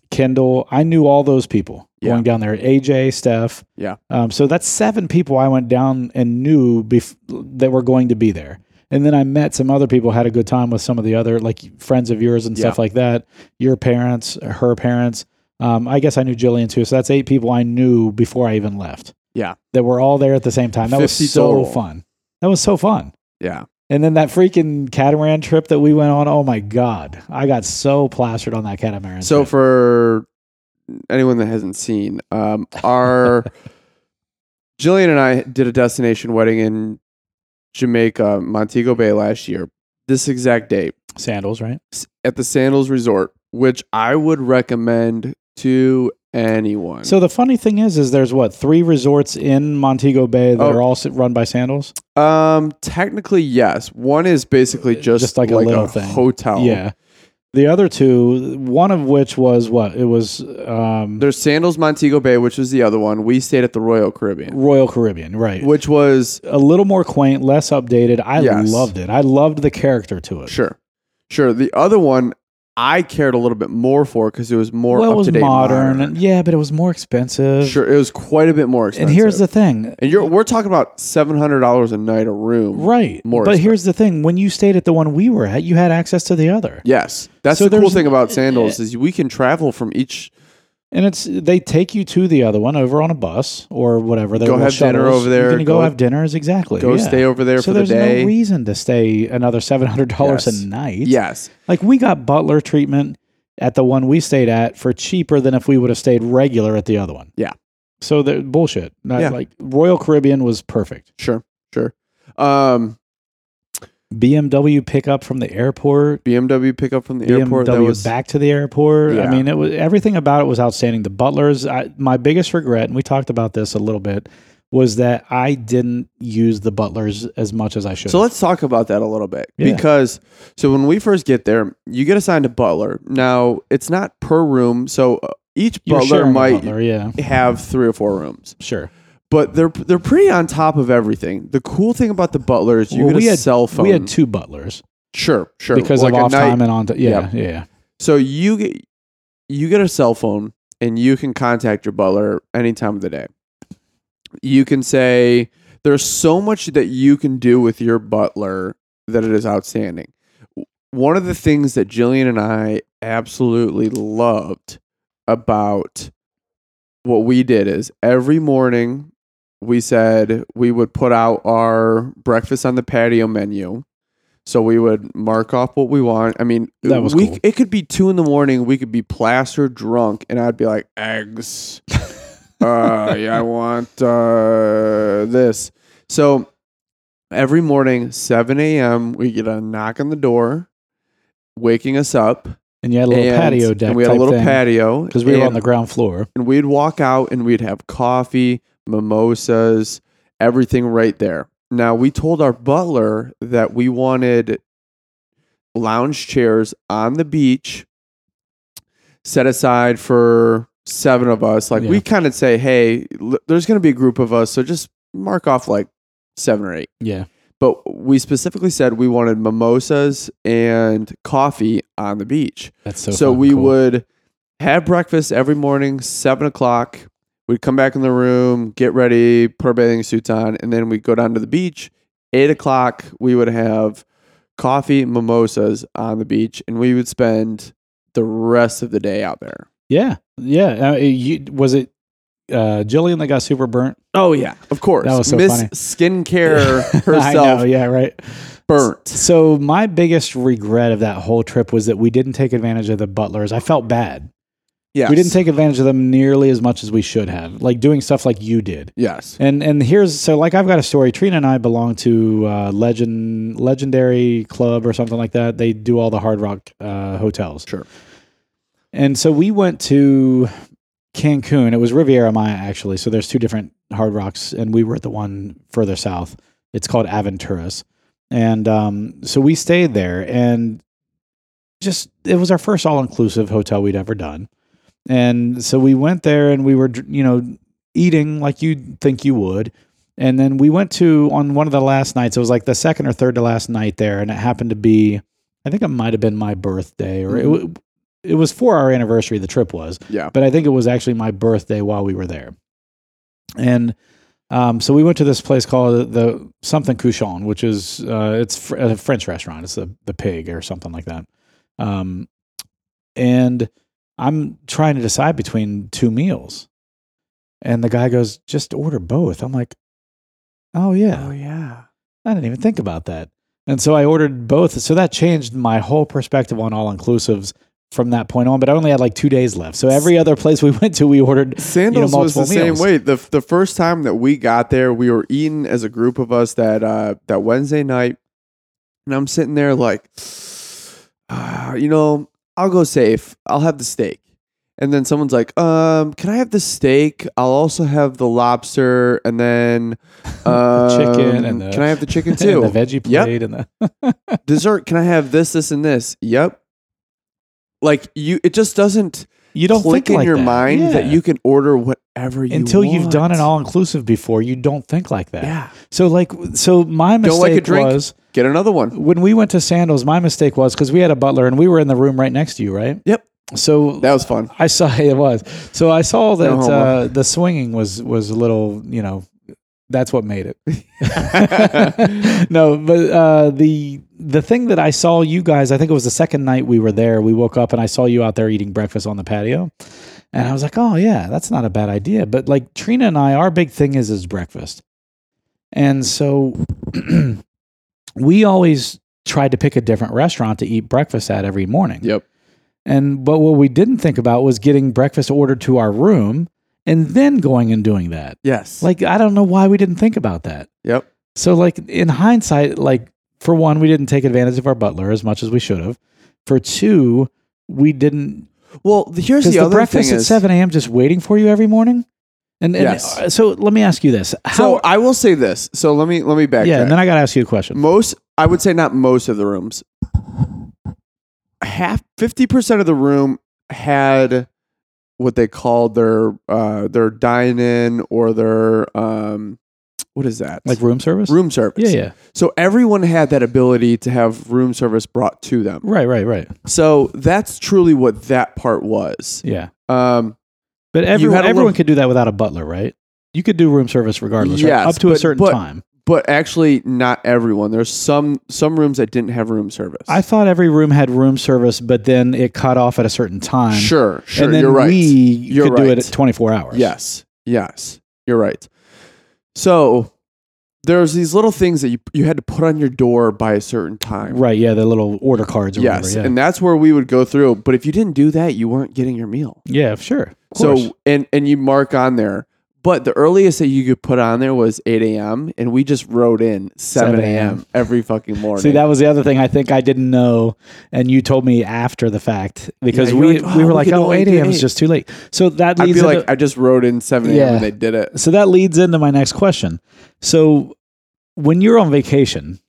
Speaker 2: Kendall. I knew all those people
Speaker 1: Yeah.
Speaker 2: going down there. AJ, Steph.
Speaker 1: Yeah.
Speaker 2: Um, so that's seven people I went down and knew bef- that were going to be there. And then I met some other people, had a good time with some of the other like friends of yours and stuff like that. Your parents, her parents. Um, I guess I knew Jillian too. So that's eight people I knew before I even left.
Speaker 1: Yeah.
Speaker 2: That were all there at the same time. That was
Speaker 1: 50
Speaker 2: so
Speaker 1: total.
Speaker 2: fun. That was so fun.
Speaker 1: Yeah.
Speaker 2: And then that freaking catamaran trip that we went on, oh my god, I got so plastered on that catamaran.
Speaker 1: So
Speaker 2: trip.
Speaker 1: for anyone that hasn't seen, um,
Speaker 2: [LAUGHS]
Speaker 1: our Jillian and I did a destination wedding in Jamaica, Montego Bay last year. This exact date
Speaker 2: sandals, right?
Speaker 1: s- at the Sandals Resort, which I would recommend to anyone.
Speaker 2: So the funny thing is, is there's what three resorts in Montego Bay that
Speaker 1: Oh.
Speaker 2: are all s- run by sandals.
Speaker 1: um, technically, yes. One is basically just,
Speaker 2: Just like a little thing.
Speaker 1: hotel.
Speaker 2: Yeah. The other two, one of which was what it was um,
Speaker 1: There's Sandals Montego Bay, which was the other one. We stayed at the Royal Caribbean,
Speaker 2: Royal Caribbean, right?
Speaker 1: which was
Speaker 2: a little more quaint, less updated. I
Speaker 1: Yes.
Speaker 2: loved it. I loved the character to it.
Speaker 1: Sure, sure. The other one I cared a little bit more for because it was more
Speaker 2: well, it
Speaker 1: up
Speaker 2: was
Speaker 1: to date,
Speaker 2: modern, and yeah, but it was more expensive.
Speaker 1: Sure, it was quite a bit more expensive.
Speaker 2: And here's the thing,
Speaker 1: and you're we're talking about seven hundred dollars a night a room,
Speaker 2: Right.
Speaker 1: More
Speaker 2: but
Speaker 1: expensive.
Speaker 2: here's the thing when you stayed at the one we were at, you had access to the other.
Speaker 1: Yes, that's
Speaker 2: So
Speaker 1: the cool
Speaker 2: there's- eh,
Speaker 1: thing about Sandals is we can travel from each.
Speaker 2: And it's they take you to the other one over on a bus or whatever. There
Speaker 1: Go
Speaker 2: were
Speaker 1: have dinner
Speaker 2: shuttles.
Speaker 1: over there,
Speaker 2: You can go,
Speaker 1: go-
Speaker 2: have dinners exactly.
Speaker 1: Go
Speaker 2: yeah.
Speaker 1: stay over there
Speaker 2: so
Speaker 1: for the
Speaker 2: there's
Speaker 1: day.
Speaker 2: no reason to stay another seven hundred dollars
Speaker 1: Yes.
Speaker 2: a night.
Speaker 1: yes,
Speaker 2: Like we got butler treatment at the one we stayed at for cheaper than if we would have stayed regular at the other one.
Speaker 1: Yeah.
Speaker 2: So the bullshit. Not
Speaker 1: Yeah.
Speaker 2: like Royal Caribbean was perfect.
Speaker 1: sure, sure. Um,
Speaker 2: BMW pickup from the airport.
Speaker 1: BMW pickup from the airport. That
Speaker 2: BMW
Speaker 1: was
Speaker 2: back to the airport. I
Speaker 1: Yeah.
Speaker 2: mean, it was everything about it was outstanding. The butlers. I, my biggest regret, and we talked about this a little bit, was that I didn't use the butlers as much as I should.
Speaker 1: So let's talk about that a little bit
Speaker 2: Yeah.
Speaker 1: because so when we first get there, you get assigned a butler. Now it's not per room, so uh, each
Speaker 2: You're
Speaker 1: butler
Speaker 2: sharing a
Speaker 1: might
Speaker 2: butler, yeah,
Speaker 1: have three or four rooms,
Speaker 2: sure.
Speaker 1: but they're they're pretty on top of everything. The cool thing about the butler is you
Speaker 2: Well,
Speaker 1: get
Speaker 2: we
Speaker 1: a
Speaker 2: had-
Speaker 1: cell phone.
Speaker 2: We had two butlers
Speaker 1: sure, sure,
Speaker 2: because
Speaker 1: Like
Speaker 2: of
Speaker 1: a
Speaker 2: off
Speaker 1: night-
Speaker 2: time and on. T- yeah,
Speaker 1: Yep.
Speaker 2: yeah.
Speaker 1: So you get you get a cell phone and you can contact your butler any time of the day. You can say there's so much that you can do with your butler that it is outstanding. W- One of the things that Jillian and I absolutely loved about what we did is every morning we said we would put out our breakfast on the patio menu. So we would mark off what we want. I mean,
Speaker 2: That was
Speaker 1: we,
Speaker 2: cool.
Speaker 1: it could be two in the morning. We could be plastered drunk, and I'd be like,
Speaker 2: [LAUGHS]
Speaker 1: eggs. uh, yeah, I want uh, this. So every morning, 7 a.m., we get a knock on the door, waking us up.
Speaker 2: And you had a little
Speaker 1: and-
Speaker 2: patio deck.
Speaker 1: And we had a little patio.
Speaker 2: because we were on
Speaker 1: and-
Speaker 2: the ground floor.
Speaker 1: and we'd walk out and we'd have coffee, mimosas, everything right there. Now, we told our butler that we wanted lounge chairs on the beach set aside for seven of us. Like,
Speaker 2: Yeah.
Speaker 1: we kind of say, hey, l- there's going to be a group of us. So just mark off like seven or eight.
Speaker 2: Yeah,
Speaker 1: But we specifically said we wanted mimosas and coffee on the beach
Speaker 2: that's so.
Speaker 1: so
Speaker 2: fucking
Speaker 1: we
Speaker 2: cool.
Speaker 1: would have breakfast every morning, seven o'clock. We'd come back in the room, get ready, put our bathing suits on, and then we'd go down to the beach. Eight o'clock, we would have coffee, mimosas on the beach, and we would spend the rest of the day out there.
Speaker 2: Yeah, yeah. Uh, you, was it uh, Jillian that got super burnt?
Speaker 1: Oh yeah, of course.
Speaker 2: That was so
Speaker 1: Miss
Speaker 2: funny.
Speaker 1: Skincare
Speaker 2: [LAUGHS] I know.
Speaker 1: herself
Speaker 2: Yeah, right.
Speaker 1: burnt.
Speaker 2: So my biggest regret of that whole trip was that we didn't take advantage of the butlers. I felt bad.
Speaker 1: Yes,
Speaker 2: We didn't take advantage of them nearly as much as we should have. Like doing stuff like you did.
Speaker 1: Yes,
Speaker 2: And and here's so like I've got a story. Trina and I belong to uh, legend legendary club or something like that. They do all the Hard Rock uh, hotels.
Speaker 1: Sure.
Speaker 2: And so we went to Cancun. It was Riviera Maya actually. So there's two different Hard Rocks, and we were at the one further south. It's called Aventuras, and um, so we stayed there, and just it was our first all inclusive hotel we'd ever done. And so we went there, and we were dr- you know eating like you'd think you would. And then we went to on one of the last nights, it was like the second or third to last night there, and it happened to be I think it might have been my birthday or it w it was for our anniversary, the trip was.
Speaker 1: Yeah.
Speaker 2: But I think it was actually my birthday while we were there. And um, so we went to this place called the something Couchon, which is uh, it's fr- a French restaurant. It's the the pig or something like that. Um, and I'm trying to decide between two meals. And the guy goes, just order both. I'm like, oh, yeah.
Speaker 1: yeah.
Speaker 2: I didn't even think about that. And so I ordered both. So that changed my whole perspective on all inclusives from that point on. But I only had like two days left. So every other place we [LAUGHS] went to, we ordered.
Speaker 1: Sandals was the
Speaker 2: multiple meals.
Speaker 1: same way. The the first time that we got there, we were eating as a group of us that uh that Wednesday night, and I'm sitting there like, "Ah, you know, I'll go safe. I'll have the steak. And then someone's like, um, can I have the steak? I'll also have the lobster, and then um,
Speaker 2: chicken and [LAUGHS] the-
Speaker 1: can I have the chicken
Speaker 2: [LAUGHS] and
Speaker 1: too?
Speaker 2: the veggie
Speaker 1: Yep.
Speaker 2: plate and the
Speaker 1: Dessert? Can I have this, this, and this? Yep. Like you, it just doesn't
Speaker 2: you don't
Speaker 1: click
Speaker 2: think
Speaker 1: in
Speaker 2: like
Speaker 1: your
Speaker 2: that.
Speaker 1: mind that
Speaker 2: Yeah.
Speaker 1: you can order whatever you
Speaker 2: until you've done
Speaker 1: want.
Speaker 2: an all inclusive before you don't think like that.
Speaker 1: Yeah.
Speaker 2: So like so my mistake
Speaker 1: Don't like a drink?
Speaker 2: was
Speaker 1: Get another one.
Speaker 2: when we went to Sandals. My mistake was because we had a butler and we were in the room right next to you, right?
Speaker 1: Yep.
Speaker 2: So
Speaker 1: That was fun.
Speaker 2: I saw [LAUGHS] it was. So I saw that
Speaker 1: homo.
Speaker 2: uh, the swinging was was a little, you know, that's what made it. [LAUGHS] no, but uh, the the thing that I saw you guys, I think it was the second night we were there. We woke up and I saw you out there eating breakfast on the patio, and I was like, oh yeah, that's not a bad idea. But like Trina and I, our big thing is is breakfast, and so [CLEARS THROAT] we always tried to pick a different restaurant to eat breakfast at every morning.
Speaker 1: Yep.
Speaker 2: And but what we didn't think about was getting breakfast ordered to our room and then going and doing that.
Speaker 1: Yes.
Speaker 2: Like I don't know why we didn't think about that.
Speaker 1: yep.
Speaker 2: So like in hindsight, like for one, we didn't take advantage of our butler as much as we should have. For two, we didn't
Speaker 1: Well, th- here's
Speaker 2: because
Speaker 1: the
Speaker 2: the,
Speaker 1: other thing
Speaker 2: breakfast at
Speaker 1: is.
Speaker 2: seven a.m. just waiting for you every morning. And, and
Speaker 1: Yes.
Speaker 2: uh, so let me ask you this:
Speaker 1: so
Speaker 2: How?
Speaker 1: I will say this. So let me let me backtrack.
Speaker 2: yeah, and then I got to ask you a question.
Speaker 1: most I would say not most of the rooms. Half fifty percent of the room had what they called their uh, their dine in or their um, what is that?
Speaker 2: Like room service?
Speaker 1: room service.
Speaker 2: Yeah, yeah.
Speaker 1: So everyone had that ability to have room service brought to them.
Speaker 2: Right, right, right.
Speaker 1: So that's truly what that part was.
Speaker 2: Yeah.
Speaker 1: Um,
Speaker 2: But
Speaker 1: had
Speaker 2: everyone,
Speaker 1: a
Speaker 2: everyone
Speaker 1: little-
Speaker 2: could do that without a butler, right? You could do room service regardless, right?
Speaker 1: Yes,
Speaker 2: Up to a
Speaker 1: but-
Speaker 2: certain
Speaker 1: but-
Speaker 2: time.
Speaker 1: but actually, not everyone. There's some some rooms that didn't have room service.
Speaker 2: I thought every room had room service, but then it cut off at a certain time.
Speaker 1: sure, sure.
Speaker 2: and then
Speaker 1: you're right.
Speaker 2: we
Speaker 1: You're
Speaker 2: could do it
Speaker 1: right.
Speaker 2: at 24 hours.
Speaker 1: Yes, yes. You're right. So there's these little things that you you had to put on your door by a certain time.
Speaker 2: Right. Yeah. The little order cards or
Speaker 1: Yes,
Speaker 2: whatever. Yeah.
Speaker 1: and that's where we would go through. But if you didn't do that, you weren't getting your meal.
Speaker 2: yeah. Sure. Of course.
Speaker 1: So and and you mark on there, but the earliest that you could put on there was eight a.m. and we just wrote in seven
Speaker 2: 7
Speaker 1: a.m. every fucking morning.
Speaker 2: See, that was the other thing I think I didn't know, and you told me after the fact because
Speaker 1: Yeah, you were
Speaker 2: we,
Speaker 1: like,
Speaker 2: we
Speaker 1: "Oh,
Speaker 2: were
Speaker 1: we
Speaker 2: like,
Speaker 1: could
Speaker 2: oh,
Speaker 1: only
Speaker 2: 8
Speaker 1: do
Speaker 2: a.m. is
Speaker 1: eight."
Speaker 2: just too late. So that
Speaker 1: I
Speaker 2: leads
Speaker 1: feel
Speaker 2: into,
Speaker 1: like I just wrote in seven a.m.
Speaker 2: Yeah.
Speaker 1: and they did it.
Speaker 2: so that leads into my next question. So when you're on vacation,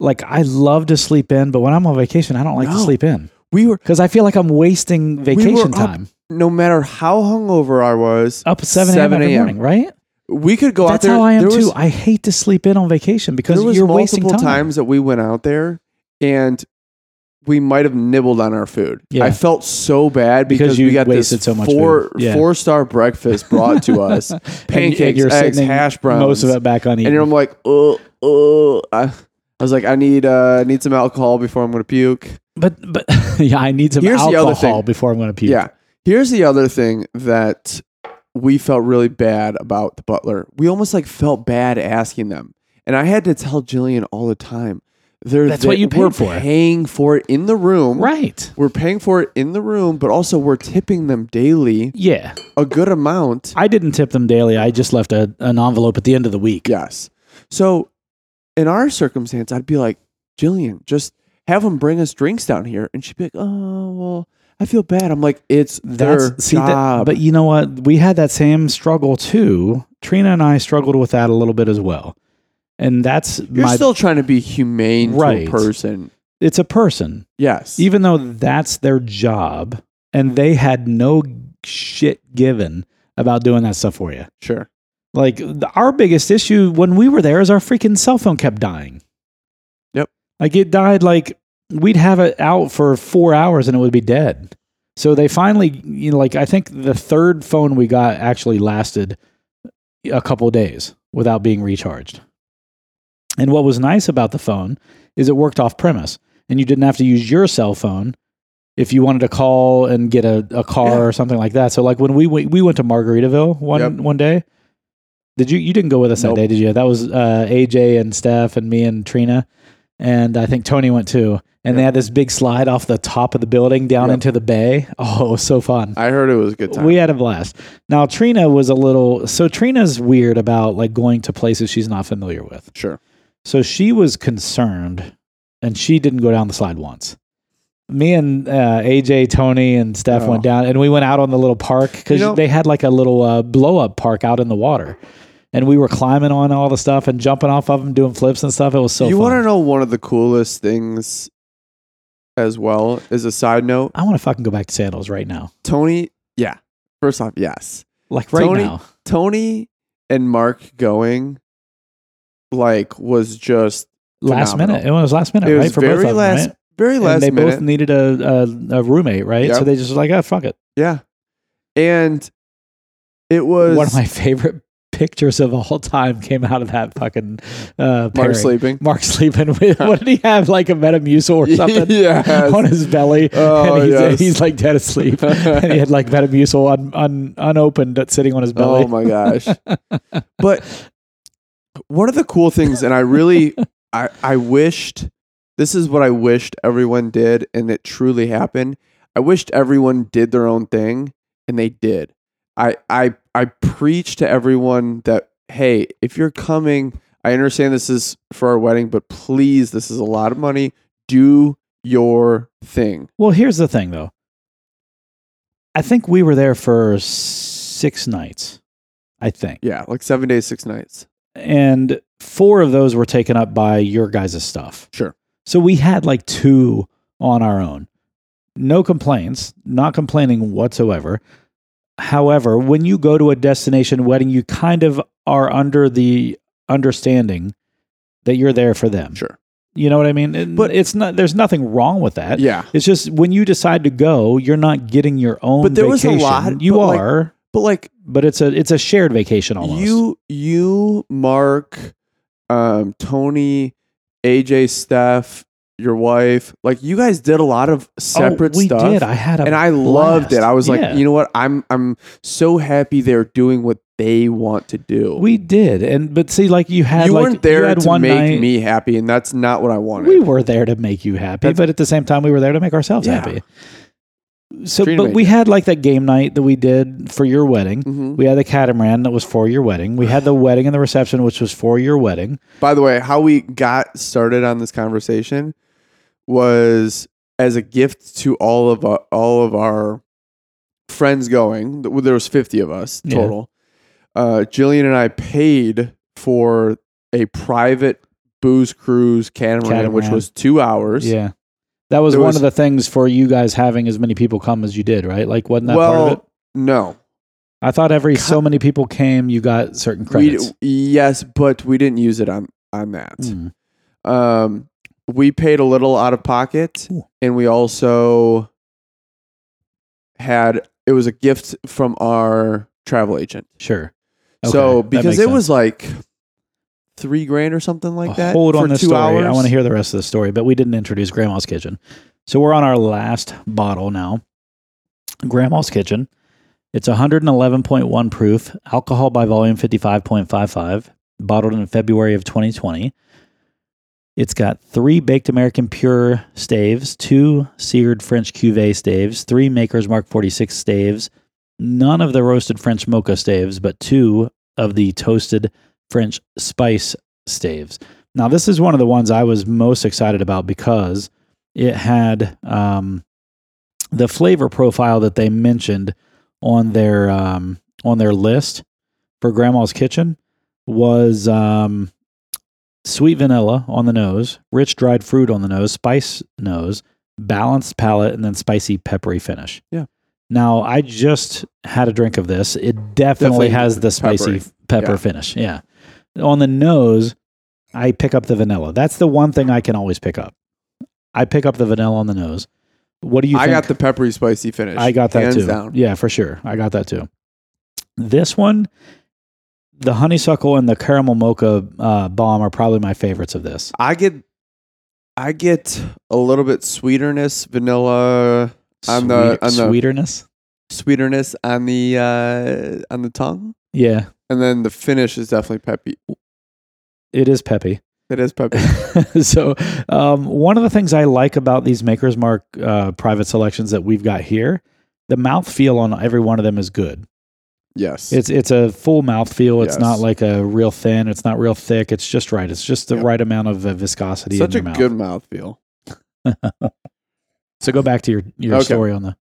Speaker 2: like I love to sleep in, but when I'm on vacation, I don't like to
Speaker 1: No.
Speaker 2: sleep in
Speaker 1: We were
Speaker 2: because I feel like I'm wasting vacation
Speaker 1: up-
Speaker 2: time.
Speaker 1: no matter how hungover I was,
Speaker 2: Up at 7 a.m.
Speaker 1: 7
Speaker 2: every
Speaker 1: a.m..
Speaker 2: morning, right?
Speaker 1: we could go out
Speaker 2: Uh, That's
Speaker 1: there.
Speaker 2: how I am
Speaker 1: there was-
Speaker 2: too. I hate to sleep in on vacation because
Speaker 1: there was
Speaker 2: you're wasting
Speaker 1: multiple
Speaker 2: time.
Speaker 1: times that we went out there and we might have nibbled on our food.
Speaker 2: Yeah.
Speaker 1: I felt so bad
Speaker 2: Because
Speaker 1: because,
Speaker 2: you
Speaker 1: we got
Speaker 2: wasted
Speaker 1: this
Speaker 2: so much
Speaker 1: four
Speaker 2: food. Yeah.
Speaker 1: four star breakfast brought to us,
Speaker 2: [LAUGHS] And- and
Speaker 1: pancakes,
Speaker 2: you're
Speaker 1: eggs,
Speaker 2: sitting
Speaker 1: hash browns,
Speaker 2: most of it back on
Speaker 1: and I'm like, oh, oh. I, I was like, I need uh, I need some alcohol before I'm gonna puke.
Speaker 2: But [LAUGHS] but yeah, I need some
Speaker 1: Here's the other
Speaker 2: alcohol
Speaker 1: thing.
Speaker 2: before I'm going to puke.
Speaker 1: Yeah. Here's the other thing that we felt really bad about the butler. We almost like felt bad asking them, and I had to tell Jillian all the time. They're,
Speaker 2: That's what
Speaker 1: they-
Speaker 2: you paid
Speaker 1: we're
Speaker 2: for.
Speaker 1: Paying for it in the room,
Speaker 2: Right.
Speaker 1: we're paying for it in the room, but also we're tipping them daily
Speaker 2: Yeah.
Speaker 1: a good amount.
Speaker 2: I didn't tip them daily. I just left a, an envelope at the end of the week.
Speaker 1: Yes. So in our circumstance, I'd be like, Jillian, just have them bring us drinks down here. And she'd be like, oh, well, I feel bad. I'm like, it's
Speaker 2: That's
Speaker 1: their
Speaker 2: see that,
Speaker 1: job.
Speaker 2: but you know what? We had that same struggle too. Trina and I struggled with that a little bit as well. And that's
Speaker 1: You're
Speaker 2: my
Speaker 1: still trying to be humane
Speaker 2: Right.
Speaker 1: to a person.
Speaker 2: it's a person.
Speaker 1: Yes.
Speaker 2: Even though that's their job and they had no shit given about doing that stuff for you.
Speaker 1: sure.
Speaker 2: Like the, our biggest issue when we were there is our freaking cell phone kept dying.
Speaker 1: Yep.
Speaker 2: Like it died like we'd have it out for 4 hours and it would be dead. So they finally you know like I think the third phone we got actually lasted a couple days without being recharged. And what was nice about the phone is it worked off premise and you didn't have to use your cell phone if you wanted to call and get a, a car
Speaker 1: Yeah.
Speaker 2: or something like that. So like when we went, we went to Margaritaville one
Speaker 1: Yep.
Speaker 2: one day, did you you didn't go with us
Speaker 1: Nope.
Speaker 2: that day, did you? That was uh, AJ and Steph and me and Trina, and I think Tony went too. And they had this big slide off the top of the building down
Speaker 1: Yep.
Speaker 2: into the bay. [LAUGHS] Oh, it was so fun.
Speaker 1: I heard it was a good time.
Speaker 2: We had a blast. Now Trina was a little so Trina's weird about like going to places she's not familiar with.
Speaker 1: sure.
Speaker 2: So she was concerned, and she didn't go down the slide once. Me and uh, AJ, Tony, and Steph
Speaker 1: Oh.
Speaker 2: went down, and we went out on the little park because
Speaker 1: You know-
Speaker 2: they had like a little uh, blow up park out in the water, and we were climbing on all the stuff and jumping off of them, doing flips and stuff. It was so.
Speaker 1: you
Speaker 2: fun.
Speaker 1: want to know one of the coolest things as well as a side note?
Speaker 2: I want to fucking go back to sandals right now,
Speaker 1: Tony, yeah. First off, yes.
Speaker 2: like right
Speaker 1: Tony-
Speaker 2: now.
Speaker 1: Tony and Mark going like was just
Speaker 2: Last
Speaker 1: phenomenal.
Speaker 2: minute, it was last minute,
Speaker 1: it
Speaker 2: right?
Speaker 1: was very
Speaker 2: of them,
Speaker 1: last
Speaker 2: right?
Speaker 1: very
Speaker 2: And
Speaker 1: last
Speaker 2: they
Speaker 1: minute.
Speaker 2: both needed a, a, a roommate, right?
Speaker 1: Yep.
Speaker 2: So they just were like, oh fuck it.
Speaker 1: yeah. And it was
Speaker 2: One of my favorite pictures of all time came out of that fucking uh,
Speaker 1: Mark
Speaker 2: pairing.
Speaker 1: sleeping.
Speaker 2: Mark Sleepman. with- [LAUGHS] what did he have? Like a
Speaker 1: [LAUGHS]
Speaker 2: Metamucil or something
Speaker 1: Yes.
Speaker 2: on his belly,
Speaker 1: Oh,
Speaker 2: and [LAUGHS] he's,
Speaker 1: yes.
Speaker 2: he's like
Speaker 1: [LAUGHS]
Speaker 2: dead asleep. and he had like [LAUGHS] Metamucil un, un, unopened that's sitting on his belly.
Speaker 1: Oh my gosh. but one of the cool things, and I really I I wished this is what I wished everyone did and it truly happened. I wished everyone did their own thing and they did. I I I preach to everyone that hey, if you're coming, I understand this is for our wedding, but please, this is a lot of money. Do your thing.
Speaker 2: Well, here's the thing though. I think we were there for six nights. I think.
Speaker 1: Yeah, like seven days, six nights.
Speaker 2: and four of those were taken up by your guys' stuff.
Speaker 1: Sure.
Speaker 2: So we had like two on our own. No complaints, not complaining whatsoever. However, when you go to a destination wedding, you kind of are under the understanding that you're there for them.
Speaker 1: Sure.
Speaker 2: You know what I mean? And- but it's not. There's nothing wrong with that.
Speaker 1: Yeah.
Speaker 2: It's just when you decide to go, you're not getting your own.
Speaker 1: But there was a
Speaker 2: vacation.
Speaker 1: lot,
Speaker 2: You
Speaker 1: but, like,
Speaker 2: are,
Speaker 1: But like
Speaker 2: but it's a it's a shared vacation almost.
Speaker 1: you, you, Mark, um, Tony, AJ, Steph, your wife, like you guys did a lot of
Speaker 2: Oh,
Speaker 1: separate
Speaker 2: we
Speaker 1: stuff.
Speaker 2: did. I had a
Speaker 1: and I loved it.
Speaker 2: blast.
Speaker 1: I was
Speaker 2: Yeah.
Speaker 1: like, you know what? I'm I'm so happy they're doing what they want to do.
Speaker 2: we did, and but see, like you had
Speaker 1: you
Speaker 2: like
Speaker 1: weren't
Speaker 2: you
Speaker 1: there
Speaker 2: had
Speaker 1: to
Speaker 2: one
Speaker 1: make
Speaker 2: night,
Speaker 1: me happy, and that's not what I wanted.
Speaker 2: We were there to make you happy,
Speaker 1: That's-
Speaker 2: but at the same time, we were there to make ourselves
Speaker 1: Yeah.
Speaker 2: happy. So,
Speaker 1: Trina
Speaker 2: but
Speaker 1: made
Speaker 2: we had like that game night that we did for your wedding.
Speaker 1: Mhm.
Speaker 2: We had the catamaran that was for your wedding. We
Speaker 1: [SIGHS]
Speaker 2: had the wedding and the reception, which was for your wedding.
Speaker 1: By the way, how we got started on this conversation was as a gift to all of our, all of our friends going. Th- There was fifty of us
Speaker 2: Yeah.
Speaker 1: total. Uh, Jillian and I paid for a private booze cruise catamaran, which
Speaker 2: Catamaran.
Speaker 1: was two hours.
Speaker 2: Yeah. That was
Speaker 1: There
Speaker 2: one
Speaker 1: was-
Speaker 2: of the things for you guys having as many people come as you did, right? Like, wasn't that
Speaker 1: well,
Speaker 2: part of it?
Speaker 1: no,
Speaker 2: I thought every
Speaker 1: co-
Speaker 2: so many people came, you got certain credits.
Speaker 1: We, yes, but we didn't use it on on that.
Speaker 2: Mm.
Speaker 1: Um, we paid a little out of pocket,
Speaker 2: Ooh.
Speaker 1: and we also had it was a gift from our travel agent.
Speaker 2: Sure.
Speaker 1: so
Speaker 2: Okay, that
Speaker 1: because
Speaker 2: makes
Speaker 1: it
Speaker 2: sense. Oh,
Speaker 1: was like three grand or something like that.
Speaker 2: Hold
Speaker 1: for
Speaker 2: on this
Speaker 1: two
Speaker 2: story.
Speaker 1: hours.
Speaker 2: I want to hear the rest of the story, but we didn't introduce Grandma's Kitchen. So we're on our last bottle now. Grandma's Kitchen. It's 111.1 proof, alcohol by volume 55.55, bottled in February of 2020. It's got three baked American Pure staves, two seared French Cuvée staves, three Maker's Mark 46 staves, none of the roasted French mocha staves, but two of the toasted French spice staves. Now, this is one of the ones I was most excited about because it had um, the flavor profile that they mentioned on their um, on their list for Grandma's Kitchen was um, sweet vanilla on the nose, rich dried fruit on the nose, spice nose, balanced palate, and then spicy peppery finish.
Speaker 1: Yeah.
Speaker 2: Now, I just had a drink of this. It definitely,
Speaker 1: Definitely
Speaker 2: has the spicy
Speaker 1: peppery.
Speaker 2: pepper
Speaker 1: Yeah.
Speaker 2: finish. Yeah. On the nose, I pick up the vanilla. That's the one thing I can always pick up. I pick up the vanilla on the nose. What do you
Speaker 1: I
Speaker 2: think?
Speaker 1: got the peppery spicy finish.
Speaker 2: I got that
Speaker 1: hands
Speaker 2: too.
Speaker 1: down.
Speaker 2: Yeah, for sure. I got that too. This one, the honeysuckle and the caramel mocha uh, bomb are probably my favorites of this.
Speaker 1: I get, I get a little bit sweeterness, vanilla On the- on the-
Speaker 2: sweeterness.
Speaker 1: sweeterness on the uh, on the tongue,
Speaker 2: Yeah,
Speaker 1: and then the finish is definitely peppy.
Speaker 2: it is peppy. [LAUGHS]
Speaker 1: It is peppy.
Speaker 2: so um, one of the things I like about these Maker's Mark uh, private selections that we've got here, the mouthfeel on every one of them is good.
Speaker 1: yes.
Speaker 2: It's it's a full mouthfeel. It's
Speaker 1: Yes.
Speaker 2: not like a real thin. It's not real thick. It's just right. It's just the
Speaker 1: Yep.
Speaker 2: right amount of uh, viscosity.
Speaker 1: Such
Speaker 2: in
Speaker 1: a
Speaker 2: your mouth.
Speaker 1: good mouthfeel.
Speaker 2: So go back to your your
Speaker 1: Okay.
Speaker 2: story on the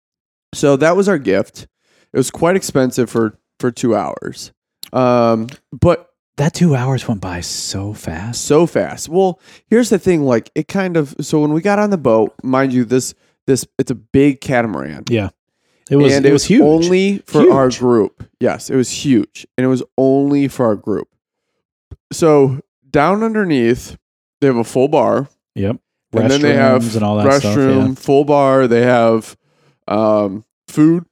Speaker 1: So that was our gift. It was quite expensive for for two hours, um, but
Speaker 2: that two hours went by so fast.
Speaker 1: so fast. Well, here's the thing: like it kind of. So when we got on the boat, mind you, this this it's a big catamaran.
Speaker 2: Yeah, It was
Speaker 1: and
Speaker 2: it was huge.
Speaker 1: Only for our
Speaker 2: Huge.
Speaker 1: group. Yes, it was huge, and it was only for our group. So down underneath, they have a full bar.
Speaker 2: yep.
Speaker 1: and then they have
Speaker 2: Restrooms and all that stuff,
Speaker 1: restroom,
Speaker 2: yeah.
Speaker 1: full bar. They have um, food,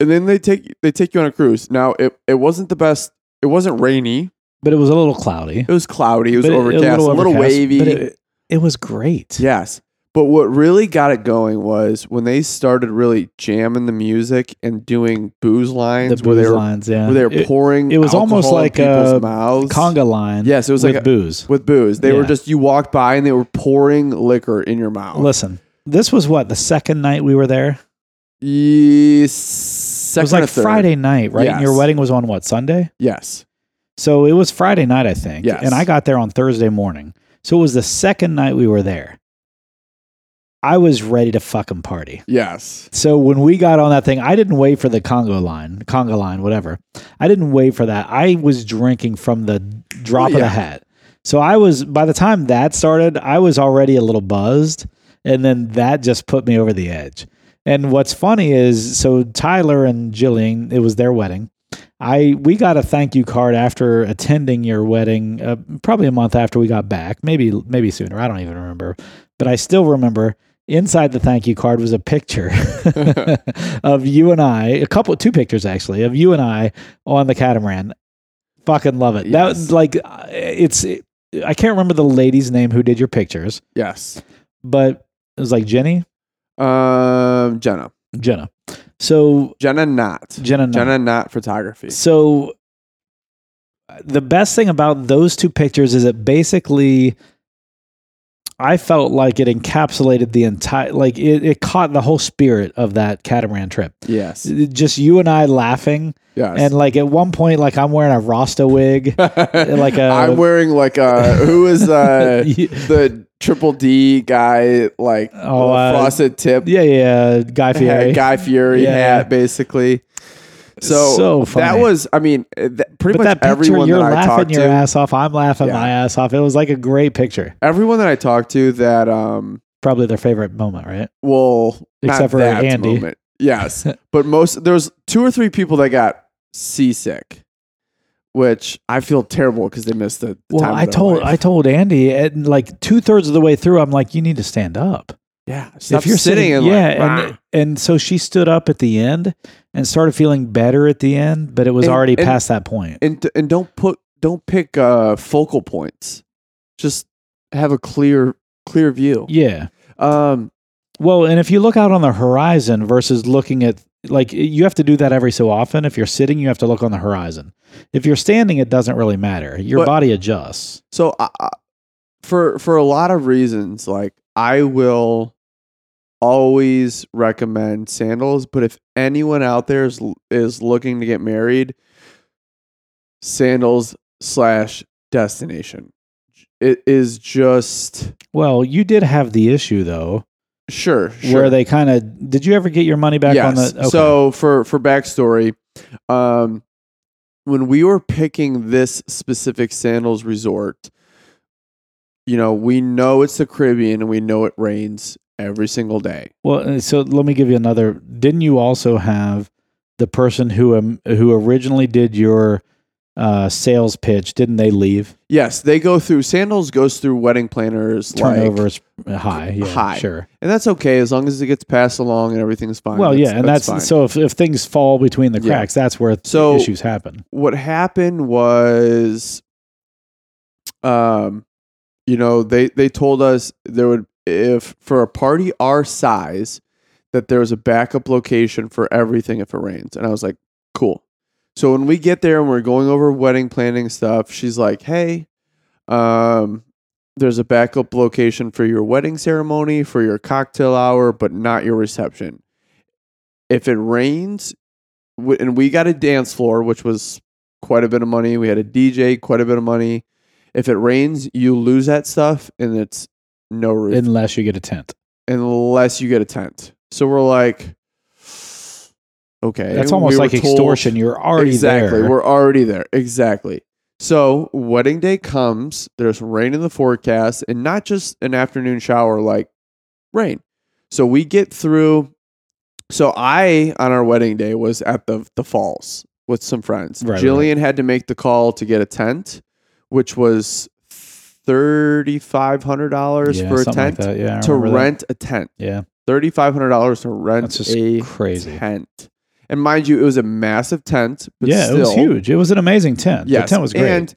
Speaker 1: and then they take they take you on a cruise. Now it it wasn't the best. It wasn't rainy.
Speaker 2: But it was a little cloudy.
Speaker 1: It was cloudy. It was
Speaker 2: But
Speaker 1: overcast. A little,
Speaker 2: overcast,
Speaker 1: wavy.
Speaker 2: But it, it was great.
Speaker 1: yes. But what really got it going was when they started really jamming the music and doing booze lines
Speaker 2: the
Speaker 1: where they
Speaker 2: booze
Speaker 1: were
Speaker 2: lines. Yeah,
Speaker 1: where they were
Speaker 2: It-
Speaker 1: pouring.
Speaker 2: was almost
Speaker 1: alcohol in
Speaker 2: like,
Speaker 1: people's
Speaker 2: uh,
Speaker 1: mouths.
Speaker 2: conga line.
Speaker 1: Yes, it was
Speaker 2: with
Speaker 1: like a-
Speaker 2: booze.
Speaker 1: with booze. They were
Speaker 2: Yeah.
Speaker 1: just you walked by and they were pouring liquor in your mouth.
Speaker 2: Listen, this was what the second night we were there.
Speaker 1: Yes. Second
Speaker 2: It was like
Speaker 1: or third.
Speaker 2: Friday night, right? And your
Speaker 1: Yes.
Speaker 2: wedding was on what Sunday?
Speaker 1: Yes.
Speaker 2: So it was Friday night, I think.
Speaker 1: Yes.
Speaker 2: And I got there on Thursday morning. So it was the second night we were there. I was ready to fucking party.
Speaker 1: Yes.
Speaker 2: So when we got on that thing, I didn't wait for the Congo line, Congo line, whatever. I didn't wait for that. I was drinking from the drop
Speaker 1: Well,
Speaker 2: of the
Speaker 1: yeah.
Speaker 2: hat. So I was by the time that started, I was already a little buzzed, and then that just put me over the edge. And what's funny is, so Tyler and Jillian, it was their wedding. I we got a thank you card after attending your wedding, uh, probably a month after we got back, maybe maybe sooner. I don't even remember, but I still remember. Inside the thank you card was a picture [LAUGHS] of you and I, a couple, two pictures actually, of you and I on the catamaran. Fucking love it. That
Speaker 1: Yes.
Speaker 2: was like uh, it's. I can't remember the lady's name who did your pictures,
Speaker 1: Yes.
Speaker 2: but it was like Jenny,
Speaker 1: Um, Jenna.
Speaker 2: Jenna. So
Speaker 1: Jenna Knott.
Speaker 2: Jenna, Knott.
Speaker 1: Jenna Knott Photography.
Speaker 2: So uh, the best thing about those two pictures is it basically I felt like it encapsulated the entire like it, it caught the whole spirit of that catamaran trip.
Speaker 1: Yes.
Speaker 2: It- Just you and I laughing
Speaker 1: Yes.
Speaker 2: and like at one point like I'm wearing a
Speaker 1: [LAUGHS]
Speaker 2: Rasta wig. like uh, a-
Speaker 1: I'm wearing like a Uh, who is
Speaker 2: [LAUGHS]
Speaker 1: uh
Speaker 2: You-
Speaker 1: the triple D guy like
Speaker 2: Oh, uh,
Speaker 1: frosted tip
Speaker 2: yeah, yeah, Guy Fieri.
Speaker 1: Guy Fury
Speaker 2: Yeah.
Speaker 1: hat basically. So,
Speaker 2: So
Speaker 1: that
Speaker 2: funny.
Speaker 1: was I mean uh, that, pretty
Speaker 2: but
Speaker 1: much
Speaker 2: that picture,
Speaker 1: everyone
Speaker 2: you're
Speaker 1: that I
Speaker 2: laughing
Speaker 1: talked
Speaker 2: your
Speaker 1: to
Speaker 2: ass off. I'm laughing
Speaker 1: Yeah.
Speaker 2: my ass off. It was like a great picture.
Speaker 1: everyone that I talked to that um
Speaker 2: Probably their favorite moment, right?
Speaker 1: well not
Speaker 2: Except for
Speaker 1: that
Speaker 2: Andy.
Speaker 1: moment. Yes.
Speaker 2: [LAUGHS]
Speaker 1: but most there's two or three people that got seasick. Which I feel terrible because they missed the, the
Speaker 2: Well,
Speaker 1: time. of
Speaker 2: I
Speaker 1: their
Speaker 2: told
Speaker 1: life.
Speaker 2: I told Andy, and like two thirds of the way through, I'm like, you need to stand up.
Speaker 1: yeah. Stop sitting, and
Speaker 2: yeah,
Speaker 1: like,
Speaker 2: and and so she stood up at the end and started feeling better at the end, but it was
Speaker 1: And-
Speaker 2: already
Speaker 1: and-
Speaker 2: past that point.
Speaker 1: and t- and don't put don't pick uh focal points just have a clear clear view
Speaker 2: yeah.
Speaker 1: um
Speaker 2: Well, and if you look out on the horizon versus looking at like you have to do that every so often. If you're sitting, you have to look on the horizon. If you're standing, it doesn't really matter. Your
Speaker 1: But-
Speaker 2: body adjusts.
Speaker 1: so I, I, for for a lot of reasons like i will always recommend sandals but if anyone out there is is looking to get married sandals slash destination it is just
Speaker 2: Well, you did have the issue though,
Speaker 1: sure, sure.
Speaker 2: where they kind of did you ever get your money back on the okay.
Speaker 1: So for for backstory, um, when we were picking this specific sandals resort, you know, we know it's the Caribbean and we know it rains every single day.
Speaker 2: Well, uh, so let me give you another. Didn't you also have the person who um, who originally did your uh, sales pitch? Didn't they leave?
Speaker 1: Yes, they go through sandals goes through wedding planners like-
Speaker 2: Turnovers high, yeah,
Speaker 1: high.
Speaker 2: sure.
Speaker 1: and that's okay as long as it gets passed along and everything's fine.
Speaker 2: well, yeah, and that's,
Speaker 1: fine.
Speaker 2: so if, if things fall between the
Speaker 1: Yeah.
Speaker 2: cracks, that's where th-
Speaker 1: So-
Speaker 2: issues happen.
Speaker 1: what happened was um you know they they told us there would if for a party our size that there was a backup location for everything if it rains and i was like cool so when we get there and we're going over wedding planning stuff she's like hey um there's a backup location for your wedding ceremony for your cocktail hour but not your reception if it rains w- and we got a dance floor, which was quite a bit of money. We had a DJ, quite a bit of money. If it rains, you lose that stuff, and it's no roof
Speaker 2: Unless you get a tent,
Speaker 1: unless you get a tent. So we're like, okay,
Speaker 2: that's almost
Speaker 1: we were
Speaker 2: like
Speaker 1: told-
Speaker 2: extortion. You're already
Speaker 1: exactly,
Speaker 2: there.
Speaker 1: we're already there. Exactly. So wedding day comes. There's rain in the forecast, and not just an afternoon shower, like rain. So we get through. So I on our wedding day was at the the falls with some friends.
Speaker 2: Right, right,
Speaker 1: Jillian had to make the call to get a tent, which was thirty five hundred dollars
Speaker 2: Yeah,
Speaker 1: for a
Speaker 2: something like
Speaker 1: tent
Speaker 2: that. Yeah, I
Speaker 1: to
Speaker 2: remember that.
Speaker 1: rent a tent.
Speaker 2: Yeah,
Speaker 1: Thirty five hundred dollars to rent
Speaker 2: that's just
Speaker 1: a
Speaker 2: crazy.
Speaker 1: tent. And mind you, it was a massive tent. But
Speaker 2: Yeah,
Speaker 1: still,
Speaker 2: it was huge. It was an amazing tent.
Speaker 1: Yes,
Speaker 2: the tent was great.
Speaker 1: And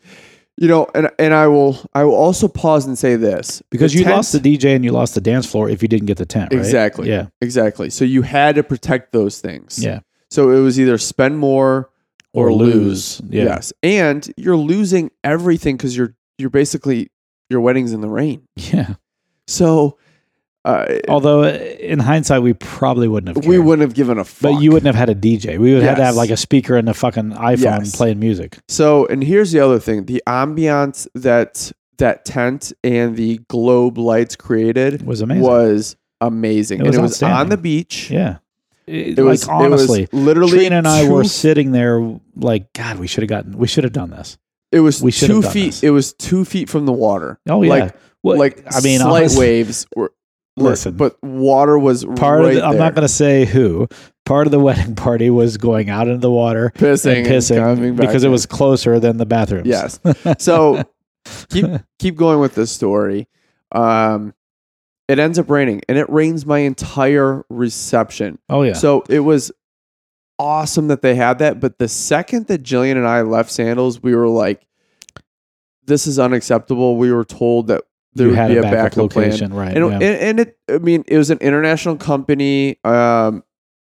Speaker 1: you know, and and I will I will also pause and say this
Speaker 2: Because
Speaker 1: The
Speaker 2: you
Speaker 1: tent-
Speaker 2: lost the DJ and you lost the dance floor if you didn't get the tent, right?
Speaker 1: exactly
Speaker 2: Yeah.
Speaker 1: exactly. So you had to protect those things.
Speaker 2: Yeah.
Speaker 1: So it was either spend more or, lose.
Speaker 2: Yeah.
Speaker 1: Yes, and you're losing everything because you're you're basically your wedding's in the rain.
Speaker 2: Yeah.
Speaker 1: So uh,
Speaker 2: Although uh, in hindsight, we probably wouldn't have.
Speaker 1: we
Speaker 2: cared.
Speaker 1: wouldn't have given a fuck.
Speaker 2: But you wouldn't have had a DJ. We would have had to
Speaker 1: Yes.
Speaker 2: have like a speaker and a fucking iPhone
Speaker 1: Yes.
Speaker 2: playing music.
Speaker 1: So, and here's the other thing: the ambiance that that tent and the globe lights
Speaker 2: It
Speaker 1: created
Speaker 2: was amazing.
Speaker 1: was amazing,
Speaker 2: It was
Speaker 1: and it was on
Speaker 2: outstanding.
Speaker 1: the beach.
Speaker 2: yeah.
Speaker 1: It
Speaker 2: It, like
Speaker 1: was
Speaker 2: honestly,
Speaker 1: it was literally
Speaker 2: Trina and I
Speaker 1: two,
Speaker 2: were sitting there like, God, we should have gotten, we should have done this.
Speaker 1: It was
Speaker 2: we should have
Speaker 1: two
Speaker 2: done
Speaker 1: feet.
Speaker 2: this.
Speaker 1: It was two feet from the water.
Speaker 2: Oh yeah.
Speaker 1: Like-
Speaker 2: Well,
Speaker 1: like
Speaker 2: I mean,
Speaker 1: slight
Speaker 2: honestly,
Speaker 1: waves were
Speaker 2: Listen.
Speaker 1: but water was
Speaker 2: Part
Speaker 1: right
Speaker 2: of the, I'm not
Speaker 1: there.
Speaker 2: going to say who. Part of the [LAUGHS] wedding party was going out into the water
Speaker 1: pissing,
Speaker 2: and
Speaker 1: and
Speaker 2: pissing
Speaker 1: coming back
Speaker 2: because it
Speaker 1: in.
Speaker 2: was closer than the bathrooms.
Speaker 1: Yes. So
Speaker 2: [LAUGHS]
Speaker 1: keep keep going with this story. Um, it ends up raining, and it rains my entire reception.
Speaker 2: Oh yeah.
Speaker 1: So it was awesome that they had that. But the second that Jillian and I left sandals, we were like, "This is unacceptable." We were told that there
Speaker 2: you
Speaker 1: would
Speaker 2: had
Speaker 1: be
Speaker 2: a
Speaker 1: a backup, plan.
Speaker 2: location, right?
Speaker 1: And,
Speaker 2: yeah.
Speaker 1: and, and it, I mean, it was an international company. Um,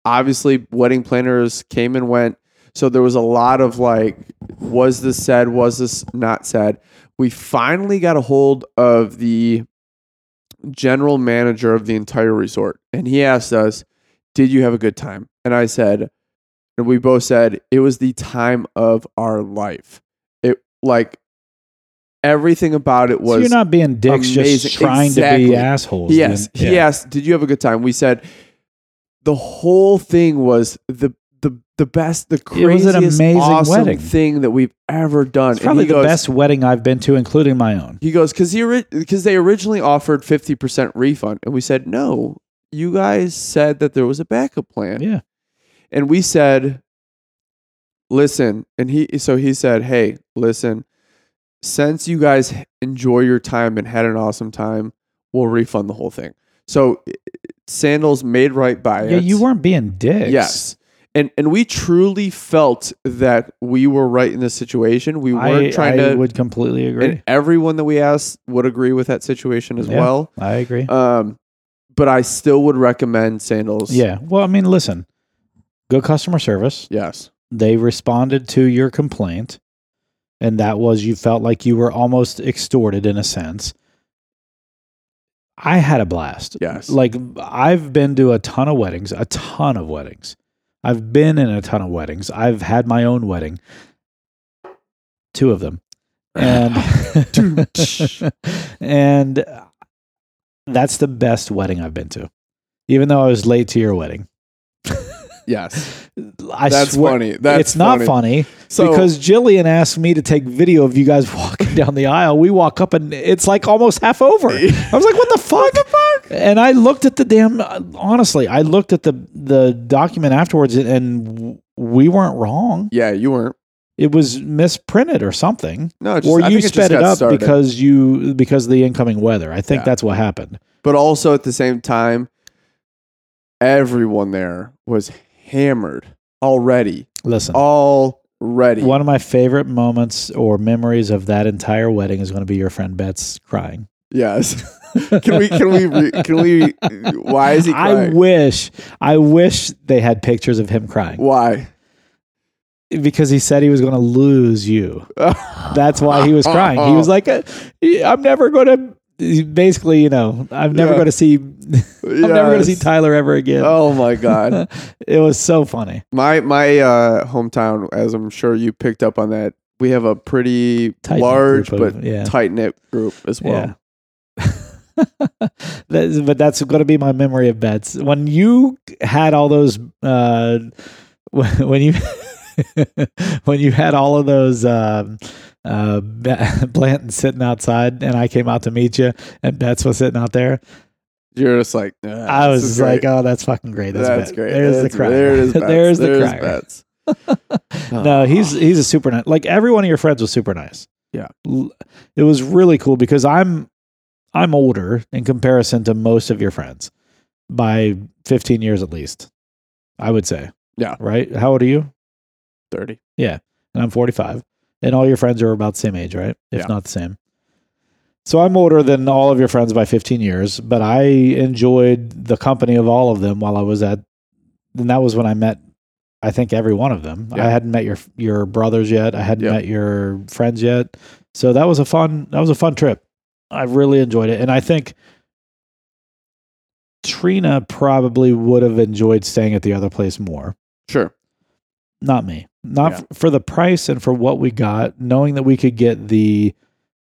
Speaker 1: obviously, wedding planners came and went. So there was a lot of like, was this said? Was this not said? We finally got a hold of the general manager of the entire resort. And he asked us, Did you have a good time? And I said, And we both said, It was the time of our life. It like, everything about it was
Speaker 2: so you're not being dicks,
Speaker 1: amazing.
Speaker 2: just trying to
Speaker 1: Exactly.
Speaker 2: be assholes.
Speaker 1: Yes.
Speaker 2: then.
Speaker 1: He asked, "Did you have a good time?" We said the whole thing was the the the best, the
Speaker 2: It was
Speaker 1: craziest,
Speaker 2: an amazing
Speaker 1: awesome
Speaker 2: wedding.
Speaker 1: thing that we've ever done.
Speaker 2: It's probably
Speaker 1: and
Speaker 2: the
Speaker 1: he goes,
Speaker 2: best wedding I've been to, including my own.
Speaker 1: He goes because he because they originally offered fifty percent refund, and we said no. You guys said that there was a backup plan,
Speaker 2: Yeah.
Speaker 1: and we said, "Listen." And he so he said, "Hey, listen. Since you guys enjoy your time and had an awesome time, we'll refund the whole thing." So sandals made right by
Speaker 2: Yeah,
Speaker 1: it.
Speaker 2: you weren't being dicks.
Speaker 1: Yes. And and we truly felt that we were right in this situation. We weren't
Speaker 2: I,
Speaker 1: trying
Speaker 2: I
Speaker 1: to
Speaker 2: would completely agree.
Speaker 1: and everyone that we asked would agree with that situation as
Speaker 2: Yeah.
Speaker 1: well.
Speaker 2: I agree.
Speaker 1: Um but I still would recommend sandals.
Speaker 2: yeah. Well, I mean, listen, good customer service.
Speaker 1: Yes.
Speaker 2: They responded to your complaint, and that was you felt like you were almost extorted in a sense. I had a blast.
Speaker 1: Yes.
Speaker 2: Like I've been to a ton of weddings, a ton of weddings. I've been in a ton of weddings. I've had my own wedding, two of them,
Speaker 1: [LAUGHS]
Speaker 2: and [LAUGHS] and that's the best wedding I've been to. Even though I was late to your wedding,
Speaker 1: yes.
Speaker 2: I
Speaker 1: That's
Speaker 2: swear
Speaker 1: funny. That's
Speaker 2: it's not funny
Speaker 1: So
Speaker 2: because Jillian asked me to take video of you guys [LAUGHS] walking down the aisle. We walk up and it's like almost half over. I was like, "What the fuck?" what the fuck? And I looked at the damn. Honestly, I looked at the the document afterwards, and- and we weren't wrong.
Speaker 1: [LAUGHS] yeah, you weren't.
Speaker 2: It was misprinted or something,
Speaker 1: No, it just,
Speaker 2: or
Speaker 1: I think
Speaker 2: you
Speaker 1: it just
Speaker 2: sped it
Speaker 1: got
Speaker 2: up
Speaker 1: started.
Speaker 2: because you because of the incoming weather. I think
Speaker 1: Yeah.
Speaker 2: that's what happened.
Speaker 1: but also at the same time, everyone there was hammered already.
Speaker 2: Listen,
Speaker 1: Already.
Speaker 2: one of my favorite moments or memories of that entire wedding is going to be your friend Bet's crying. [LAUGHS]
Speaker 1: Yes. can we? Can we? Re, can we? Why is he
Speaker 2: I
Speaker 1: crying?
Speaker 2: wish, I wish they had pictures of him crying
Speaker 1: why? [LAUGHS]
Speaker 2: because he said he was going to lose you. That's why he was crying. He was like, "Uh, I'm never going to, basically, you know, I'm never
Speaker 1: Yeah.
Speaker 2: going to see, [LAUGHS] I'm never going to see
Speaker 1: Yes.
Speaker 2: Tyler ever again.
Speaker 1: Oh
Speaker 2: [LAUGHS]
Speaker 1: my god.
Speaker 2: it was so funny.
Speaker 1: My my uh, hometown, as I'm sure you picked up on that, we have a pretty
Speaker 2: Tight-knit
Speaker 1: large
Speaker 2: group
Speaker 1: but
Speaker 2: of- yeah.
Speaker 1: tight knit group as
Speaker 2: [LAUGHS]
Speaker 1: well.
Speaker 2: That's- but that's going to be my memory of bets. When you had all those, uh, [LAUGHS] when when you [LAUGHS] when you had all of those um, uh, [LAUGHS] Be- Blanton sitting outside, and I came out to meet you, and Betts was sitting out there.
Speaker 1: You're just like "Ah,
Speaker 2: I
Speaker 1: this
Speaker 2: was
Speaker 1: is
Speaker 2: just like,
Speaker 1: great.
Speaker 2: "Oh, that's fucking great. That's,
Speaker 1: that's
Speaker 2: Bet.
Speaker 1: great.
Speaker 2: There's
Speaker 1: That's-
Speaker 2: the cry.
Speaker 1: There it
Speaker 2: [LAUGHS]
Speaker 1: is. Oh, Bets.
Speaker 2: There's the
Speaker 1: There's
Speaker 2: crier.
Speaker 1: Bets.
Speaker 2: [LAUGHS] No, he's he's a super nice. Like every one of your friends was super nice.
Speaker 1: Yeah.
Speaker 2: L- it was really cool because I'm I'm older in comparison to most of your friends by 15 years at least. I would say.
Speaker 1: Yeah.
Speaker 2: Right? How old are you?
Speaker 1: thirty.
Speaker 2: and I'm 45, and all your friends are about the same age, right? If
Speaker 1: Yeah.
Speaker 2: not the same. So I'm older than all of your friends by 15 years, but I enjoyed the company of all of them while I was at, and that was when I met, I think every one of them.
Speaker 1: Yeah.
Speaker 2: I hadn't met your your brothers yet. I hadn't
Speaker 1: Yeah.
Speaker 2: met your friends yet. So that was a fun that was a fun trip. I really enjoyed it, and I think Trina probably would have enjoyed staying at the other place more
Speaker 1: Sure.
Speaker 2: not me not
Speaker 1: Yeah.
Speaker 2: f- for the price and for what we got knowing that we could get the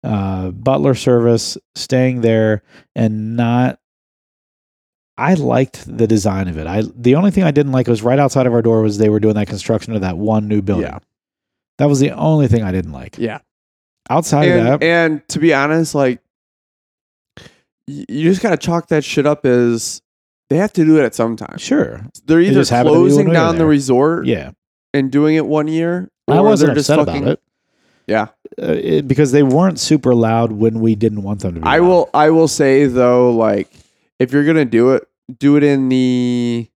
Speaker 2: uh, butler service staying there and not i liked the design of it i the only thing i didn't like was right outside of our door was they were doing that construction of that one new building
Speaker 1: Yeah.
Speaker 2: that was the only thing i didn't like
Speaker 1: Yeah.
Speaker 2: outside of
Speaker 1: And,
Speaker 2: that
Speaker 1: and to be honest, like y- you just gotta chalk that shit up as they have to do it at some time.
Speaker 2: Sure.
Speaker 1: They're either
Speaker 2: just happened to be
Speaker 1: closing
Speaker 2: when we were
Speaker 1: down the
Speaker 2: there.
Speaker 1: resort
Speaker 2: Yeah.
Speaker 1: and doing it one year.
Speaker 2: I
Speaker 1: or
Speaker 2: wasn't
Speaker 1: they're just
Speaker 2: upset
Speaker 1: fucking-
Speaker 2: about it.
Speaker 1: Yeah.
Speaker 2: Uh, it. Because they weren't super loud when we didn't want them to be.
Speaker 1: I
Speaker 2: loud.
Speaker 1: will I will say though, like if you're gonna do it, do it in the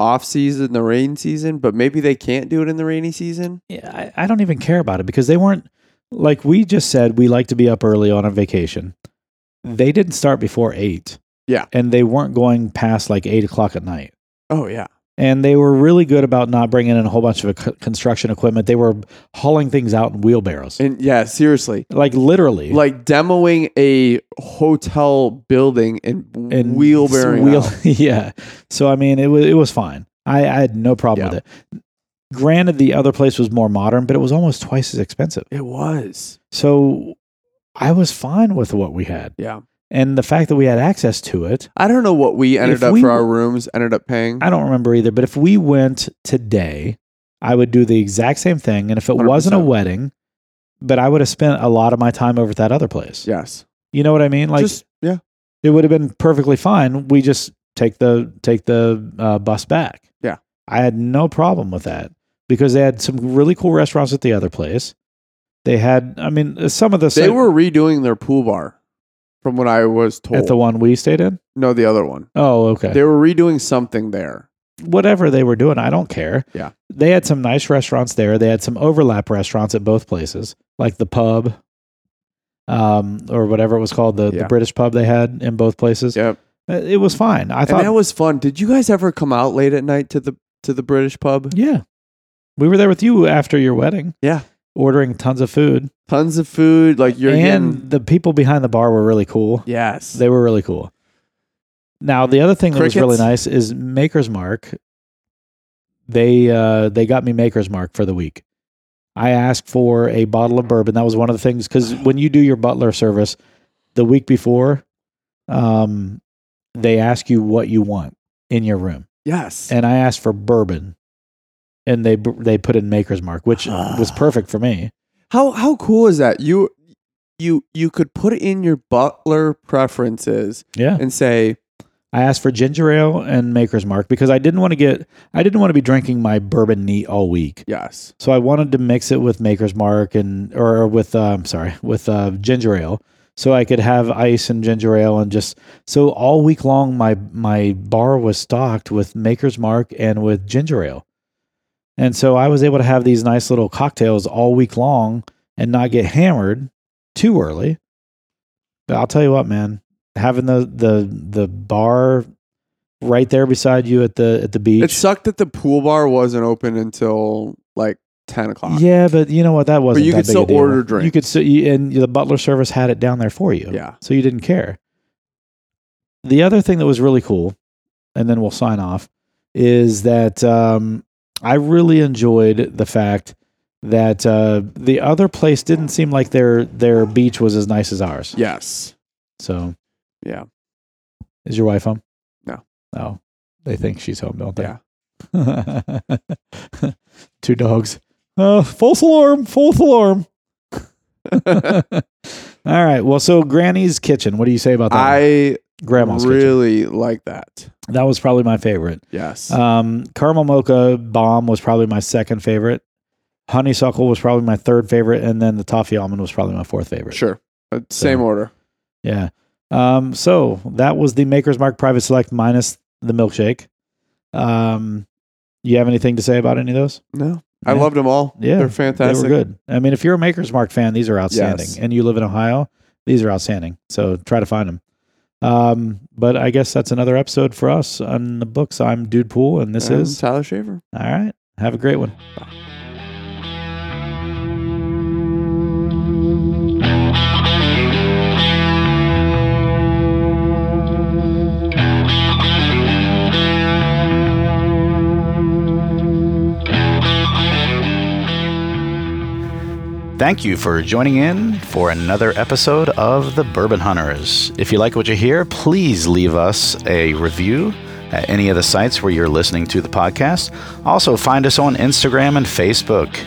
Speaker 1: off season, the rain season, but maybe they can't do it in the rainy season.
Speaker 2: Yeah, I, I don't even care about it because they weren't like we just said we like to be up early on a vacation. They didn't start before eight.
Speaker 1: Yeah.
Speaker 2: And they weren't going past like eight o'clock at night.
Speaker 1: Oh yeah.
Speaker 2: And they were really good about not bringing in a whole bunch of c- construction equipment. They were hauling things out in wheelbarrows,
Speaker 1: And yeah, seriously.
Speaker 2: like literally,
Speaker 1: Like demoing a hotel building and,
Speaker 2: and
Speaker 1: wheel bearing.
Speaker 2: [LAUGHS] wheel- yeah. So I mean, it was it was fine. I, I had no problem
Speaker 1: Yeah.
Speaker 2: with it. Granted, the other place was more modern, but it was almost twice as expensive.
Speaker 1: It was.
Speaker 2: So I was fine with what we had.
Speaker 1: Yeah.
Speaker 2: and the fact that we had access to it
Speaker 1: I don't know what we ended
Speaker 2: If
Speaker 1: up
Speaker 2: we
Speaker 1: for
Speaker 2: were-
Speaker 1: our rooms ended up paying.
Speaker 2: i don't remember either but if we went today i would do the exact same thing and if it was not a
Speaker 1: 100%.
Speaker 2: wedding but i would have spent a lot of my time over at that other place
Speaker 1: yes.
Speaker 2: you know what i mean like
Speaker 1: Just yeah.
Speaker 2: it would have been perfectly fine we just take the take the uh, bus back
Speaker 1: Yeah.
Speaker 2: i had no problem with that because they had some really cool restaurants at the other place they had i mean some of the
Speaker 1: They were redoing their pool bar from what I was told.
Speaker 2: at the one we stayed in
Speaker 1: no, the other one.
Speaker 2: oh okay
Speaker 1: They were redoing something there.
Speaker 2: whatever they were doing, I don't care.
Speaker 1: Yeah.
Speaker 2: They had some nice restaurants there. They had some overlap restaurants at both places, like the pub um, or whatever it was called, the, the
Speaker 1: Yeah.
Speaker 2: British pub they had in both places.
Speaker 1: Yep.
Speaker 2: Uh, It was fine. I thought,
Speaker 1: and that was fun. Did you guys ever come out late at night to the to the British pub?
Speaker 2: yeah. We were there with you after your wedding.
Speaker 1: Yeah.
Speaker 2: Ordering tons of food.
Speaker 1: Tons of food. Like you're
Speaker 2: and
Speaker 1: getting
Speaker 2: the people behind the bar were really cool.
Speaker 1: yes.
Speaker 2: They were really cool. Now the other thing that was really
Speaker 1: Crickets?
Speaker 2: nice is Maker's Mark. They uh, they got me Maker's Mark for the week. I asked for a bottle of bourbon. That was one of the things because when you do your butler service the week before, um, they ask you what you want in your room,
Speaker 1: yes.
Speaker 2: and I asked for bourbon, and they br- they put in Maker's Mark, which was perfect for me.
Speaker 1: how how cool is that? You you you could put in your butler preferences
Speaker 2: Yeah,
Speaker 1: and say
Speaker 2: I asked for ginger ale and Maker's Mark because I didn't want to get I didn't want to be drinking my bourbon neat all week.
Speaker 1: yes.
Speaker 2: So I wanted to mix it with Maker's Mark and or with uh, I'm sorry with uh, ginger ale, so I could have ice and ginger ale and just so all week long my my bar was stocked with Maker's Mark and with ginger ale, and so I was able to have these nice little cocktails all week long and not get hammered too early. But I'll tell you what, man, having the the the bar right there beside you at the at the beach.
Speaker 1: It sucked that the pool bar wasn't open until like ten o'clock.
Speaker 2: Yeah, but you know what? That wasn't.
Speaker 1: you
Speaker 2: that
Speaker 1: could
Speaker 2: big a
Speaker 1: still
Speaker 2: deal.
Speaker 1: order drinks.
Speaker 2: You could still, you, and the butler service had it down there for you.
Speaker 1: Yeah.
Speaker 2: So you didn't care. The other thing that was really cool, and then we'll sign off, is that um, I really enjoyed the fact that uh, the other place didn't seem like their their beach was as nice as ours.
Speaker 1: Yes.
Speaker 2: So
Speaker 1: Yeah.
Speaker 2: is your wife home?
Speaker 1: No.
Speaker 2: No. They think she's home, don't they?
Speaker 1: Yeah.
Speaker 2: [LAUGHS] Two dogs. Uh, false alarm. False alarm. [LAUGHS] All right. Well, so Granny's kitchen. What do you say about that?
Speaker 1: I
Speaker 2: Grandma's kitchen.
Speaker 1: really like that.
Speaker 2: That was probably my favorite.
Speaker 1: Yes.
Speaker 2: Um, caramel mocha bomb was probably my second favorite. Honeysuckle was probably my third favorite, and then the toffee almond was probably my fourth favorite.
Speaker 1: sure. Uh, same order.
Speaker 2: Yeah. Um, so that was the Maker's Mark Private Select minus the milkshake. Um, you have anything to say about any of those?
Speaker 1: No. I
Speaker 2: Yeah.
Speaker 1: loved them all.
Speaker 2: Yeah,
Speaker 1: They're fantastic.
Speaker 2: They were good. I mean, if you're a Maker's Mark fan, these are outstanding.
Speaker 1: Yes.
Speaker 2: And you live in Ohio, these are outstanding. So try to find them. Um, but I guess that's another episode for us on the books. I'm Dude Pool, and this
Speaker 1: And
Speaker 2: is
Speaker 1: Tyler Shaver.
Speaker 2: all right. Have a great one. Thank you for joining in for another episode of The Bourbon Hunters. If you like what you hear, please leave us a review at any of the sites where you're listening to the podcast. Also, find us on Instagram and Facebook.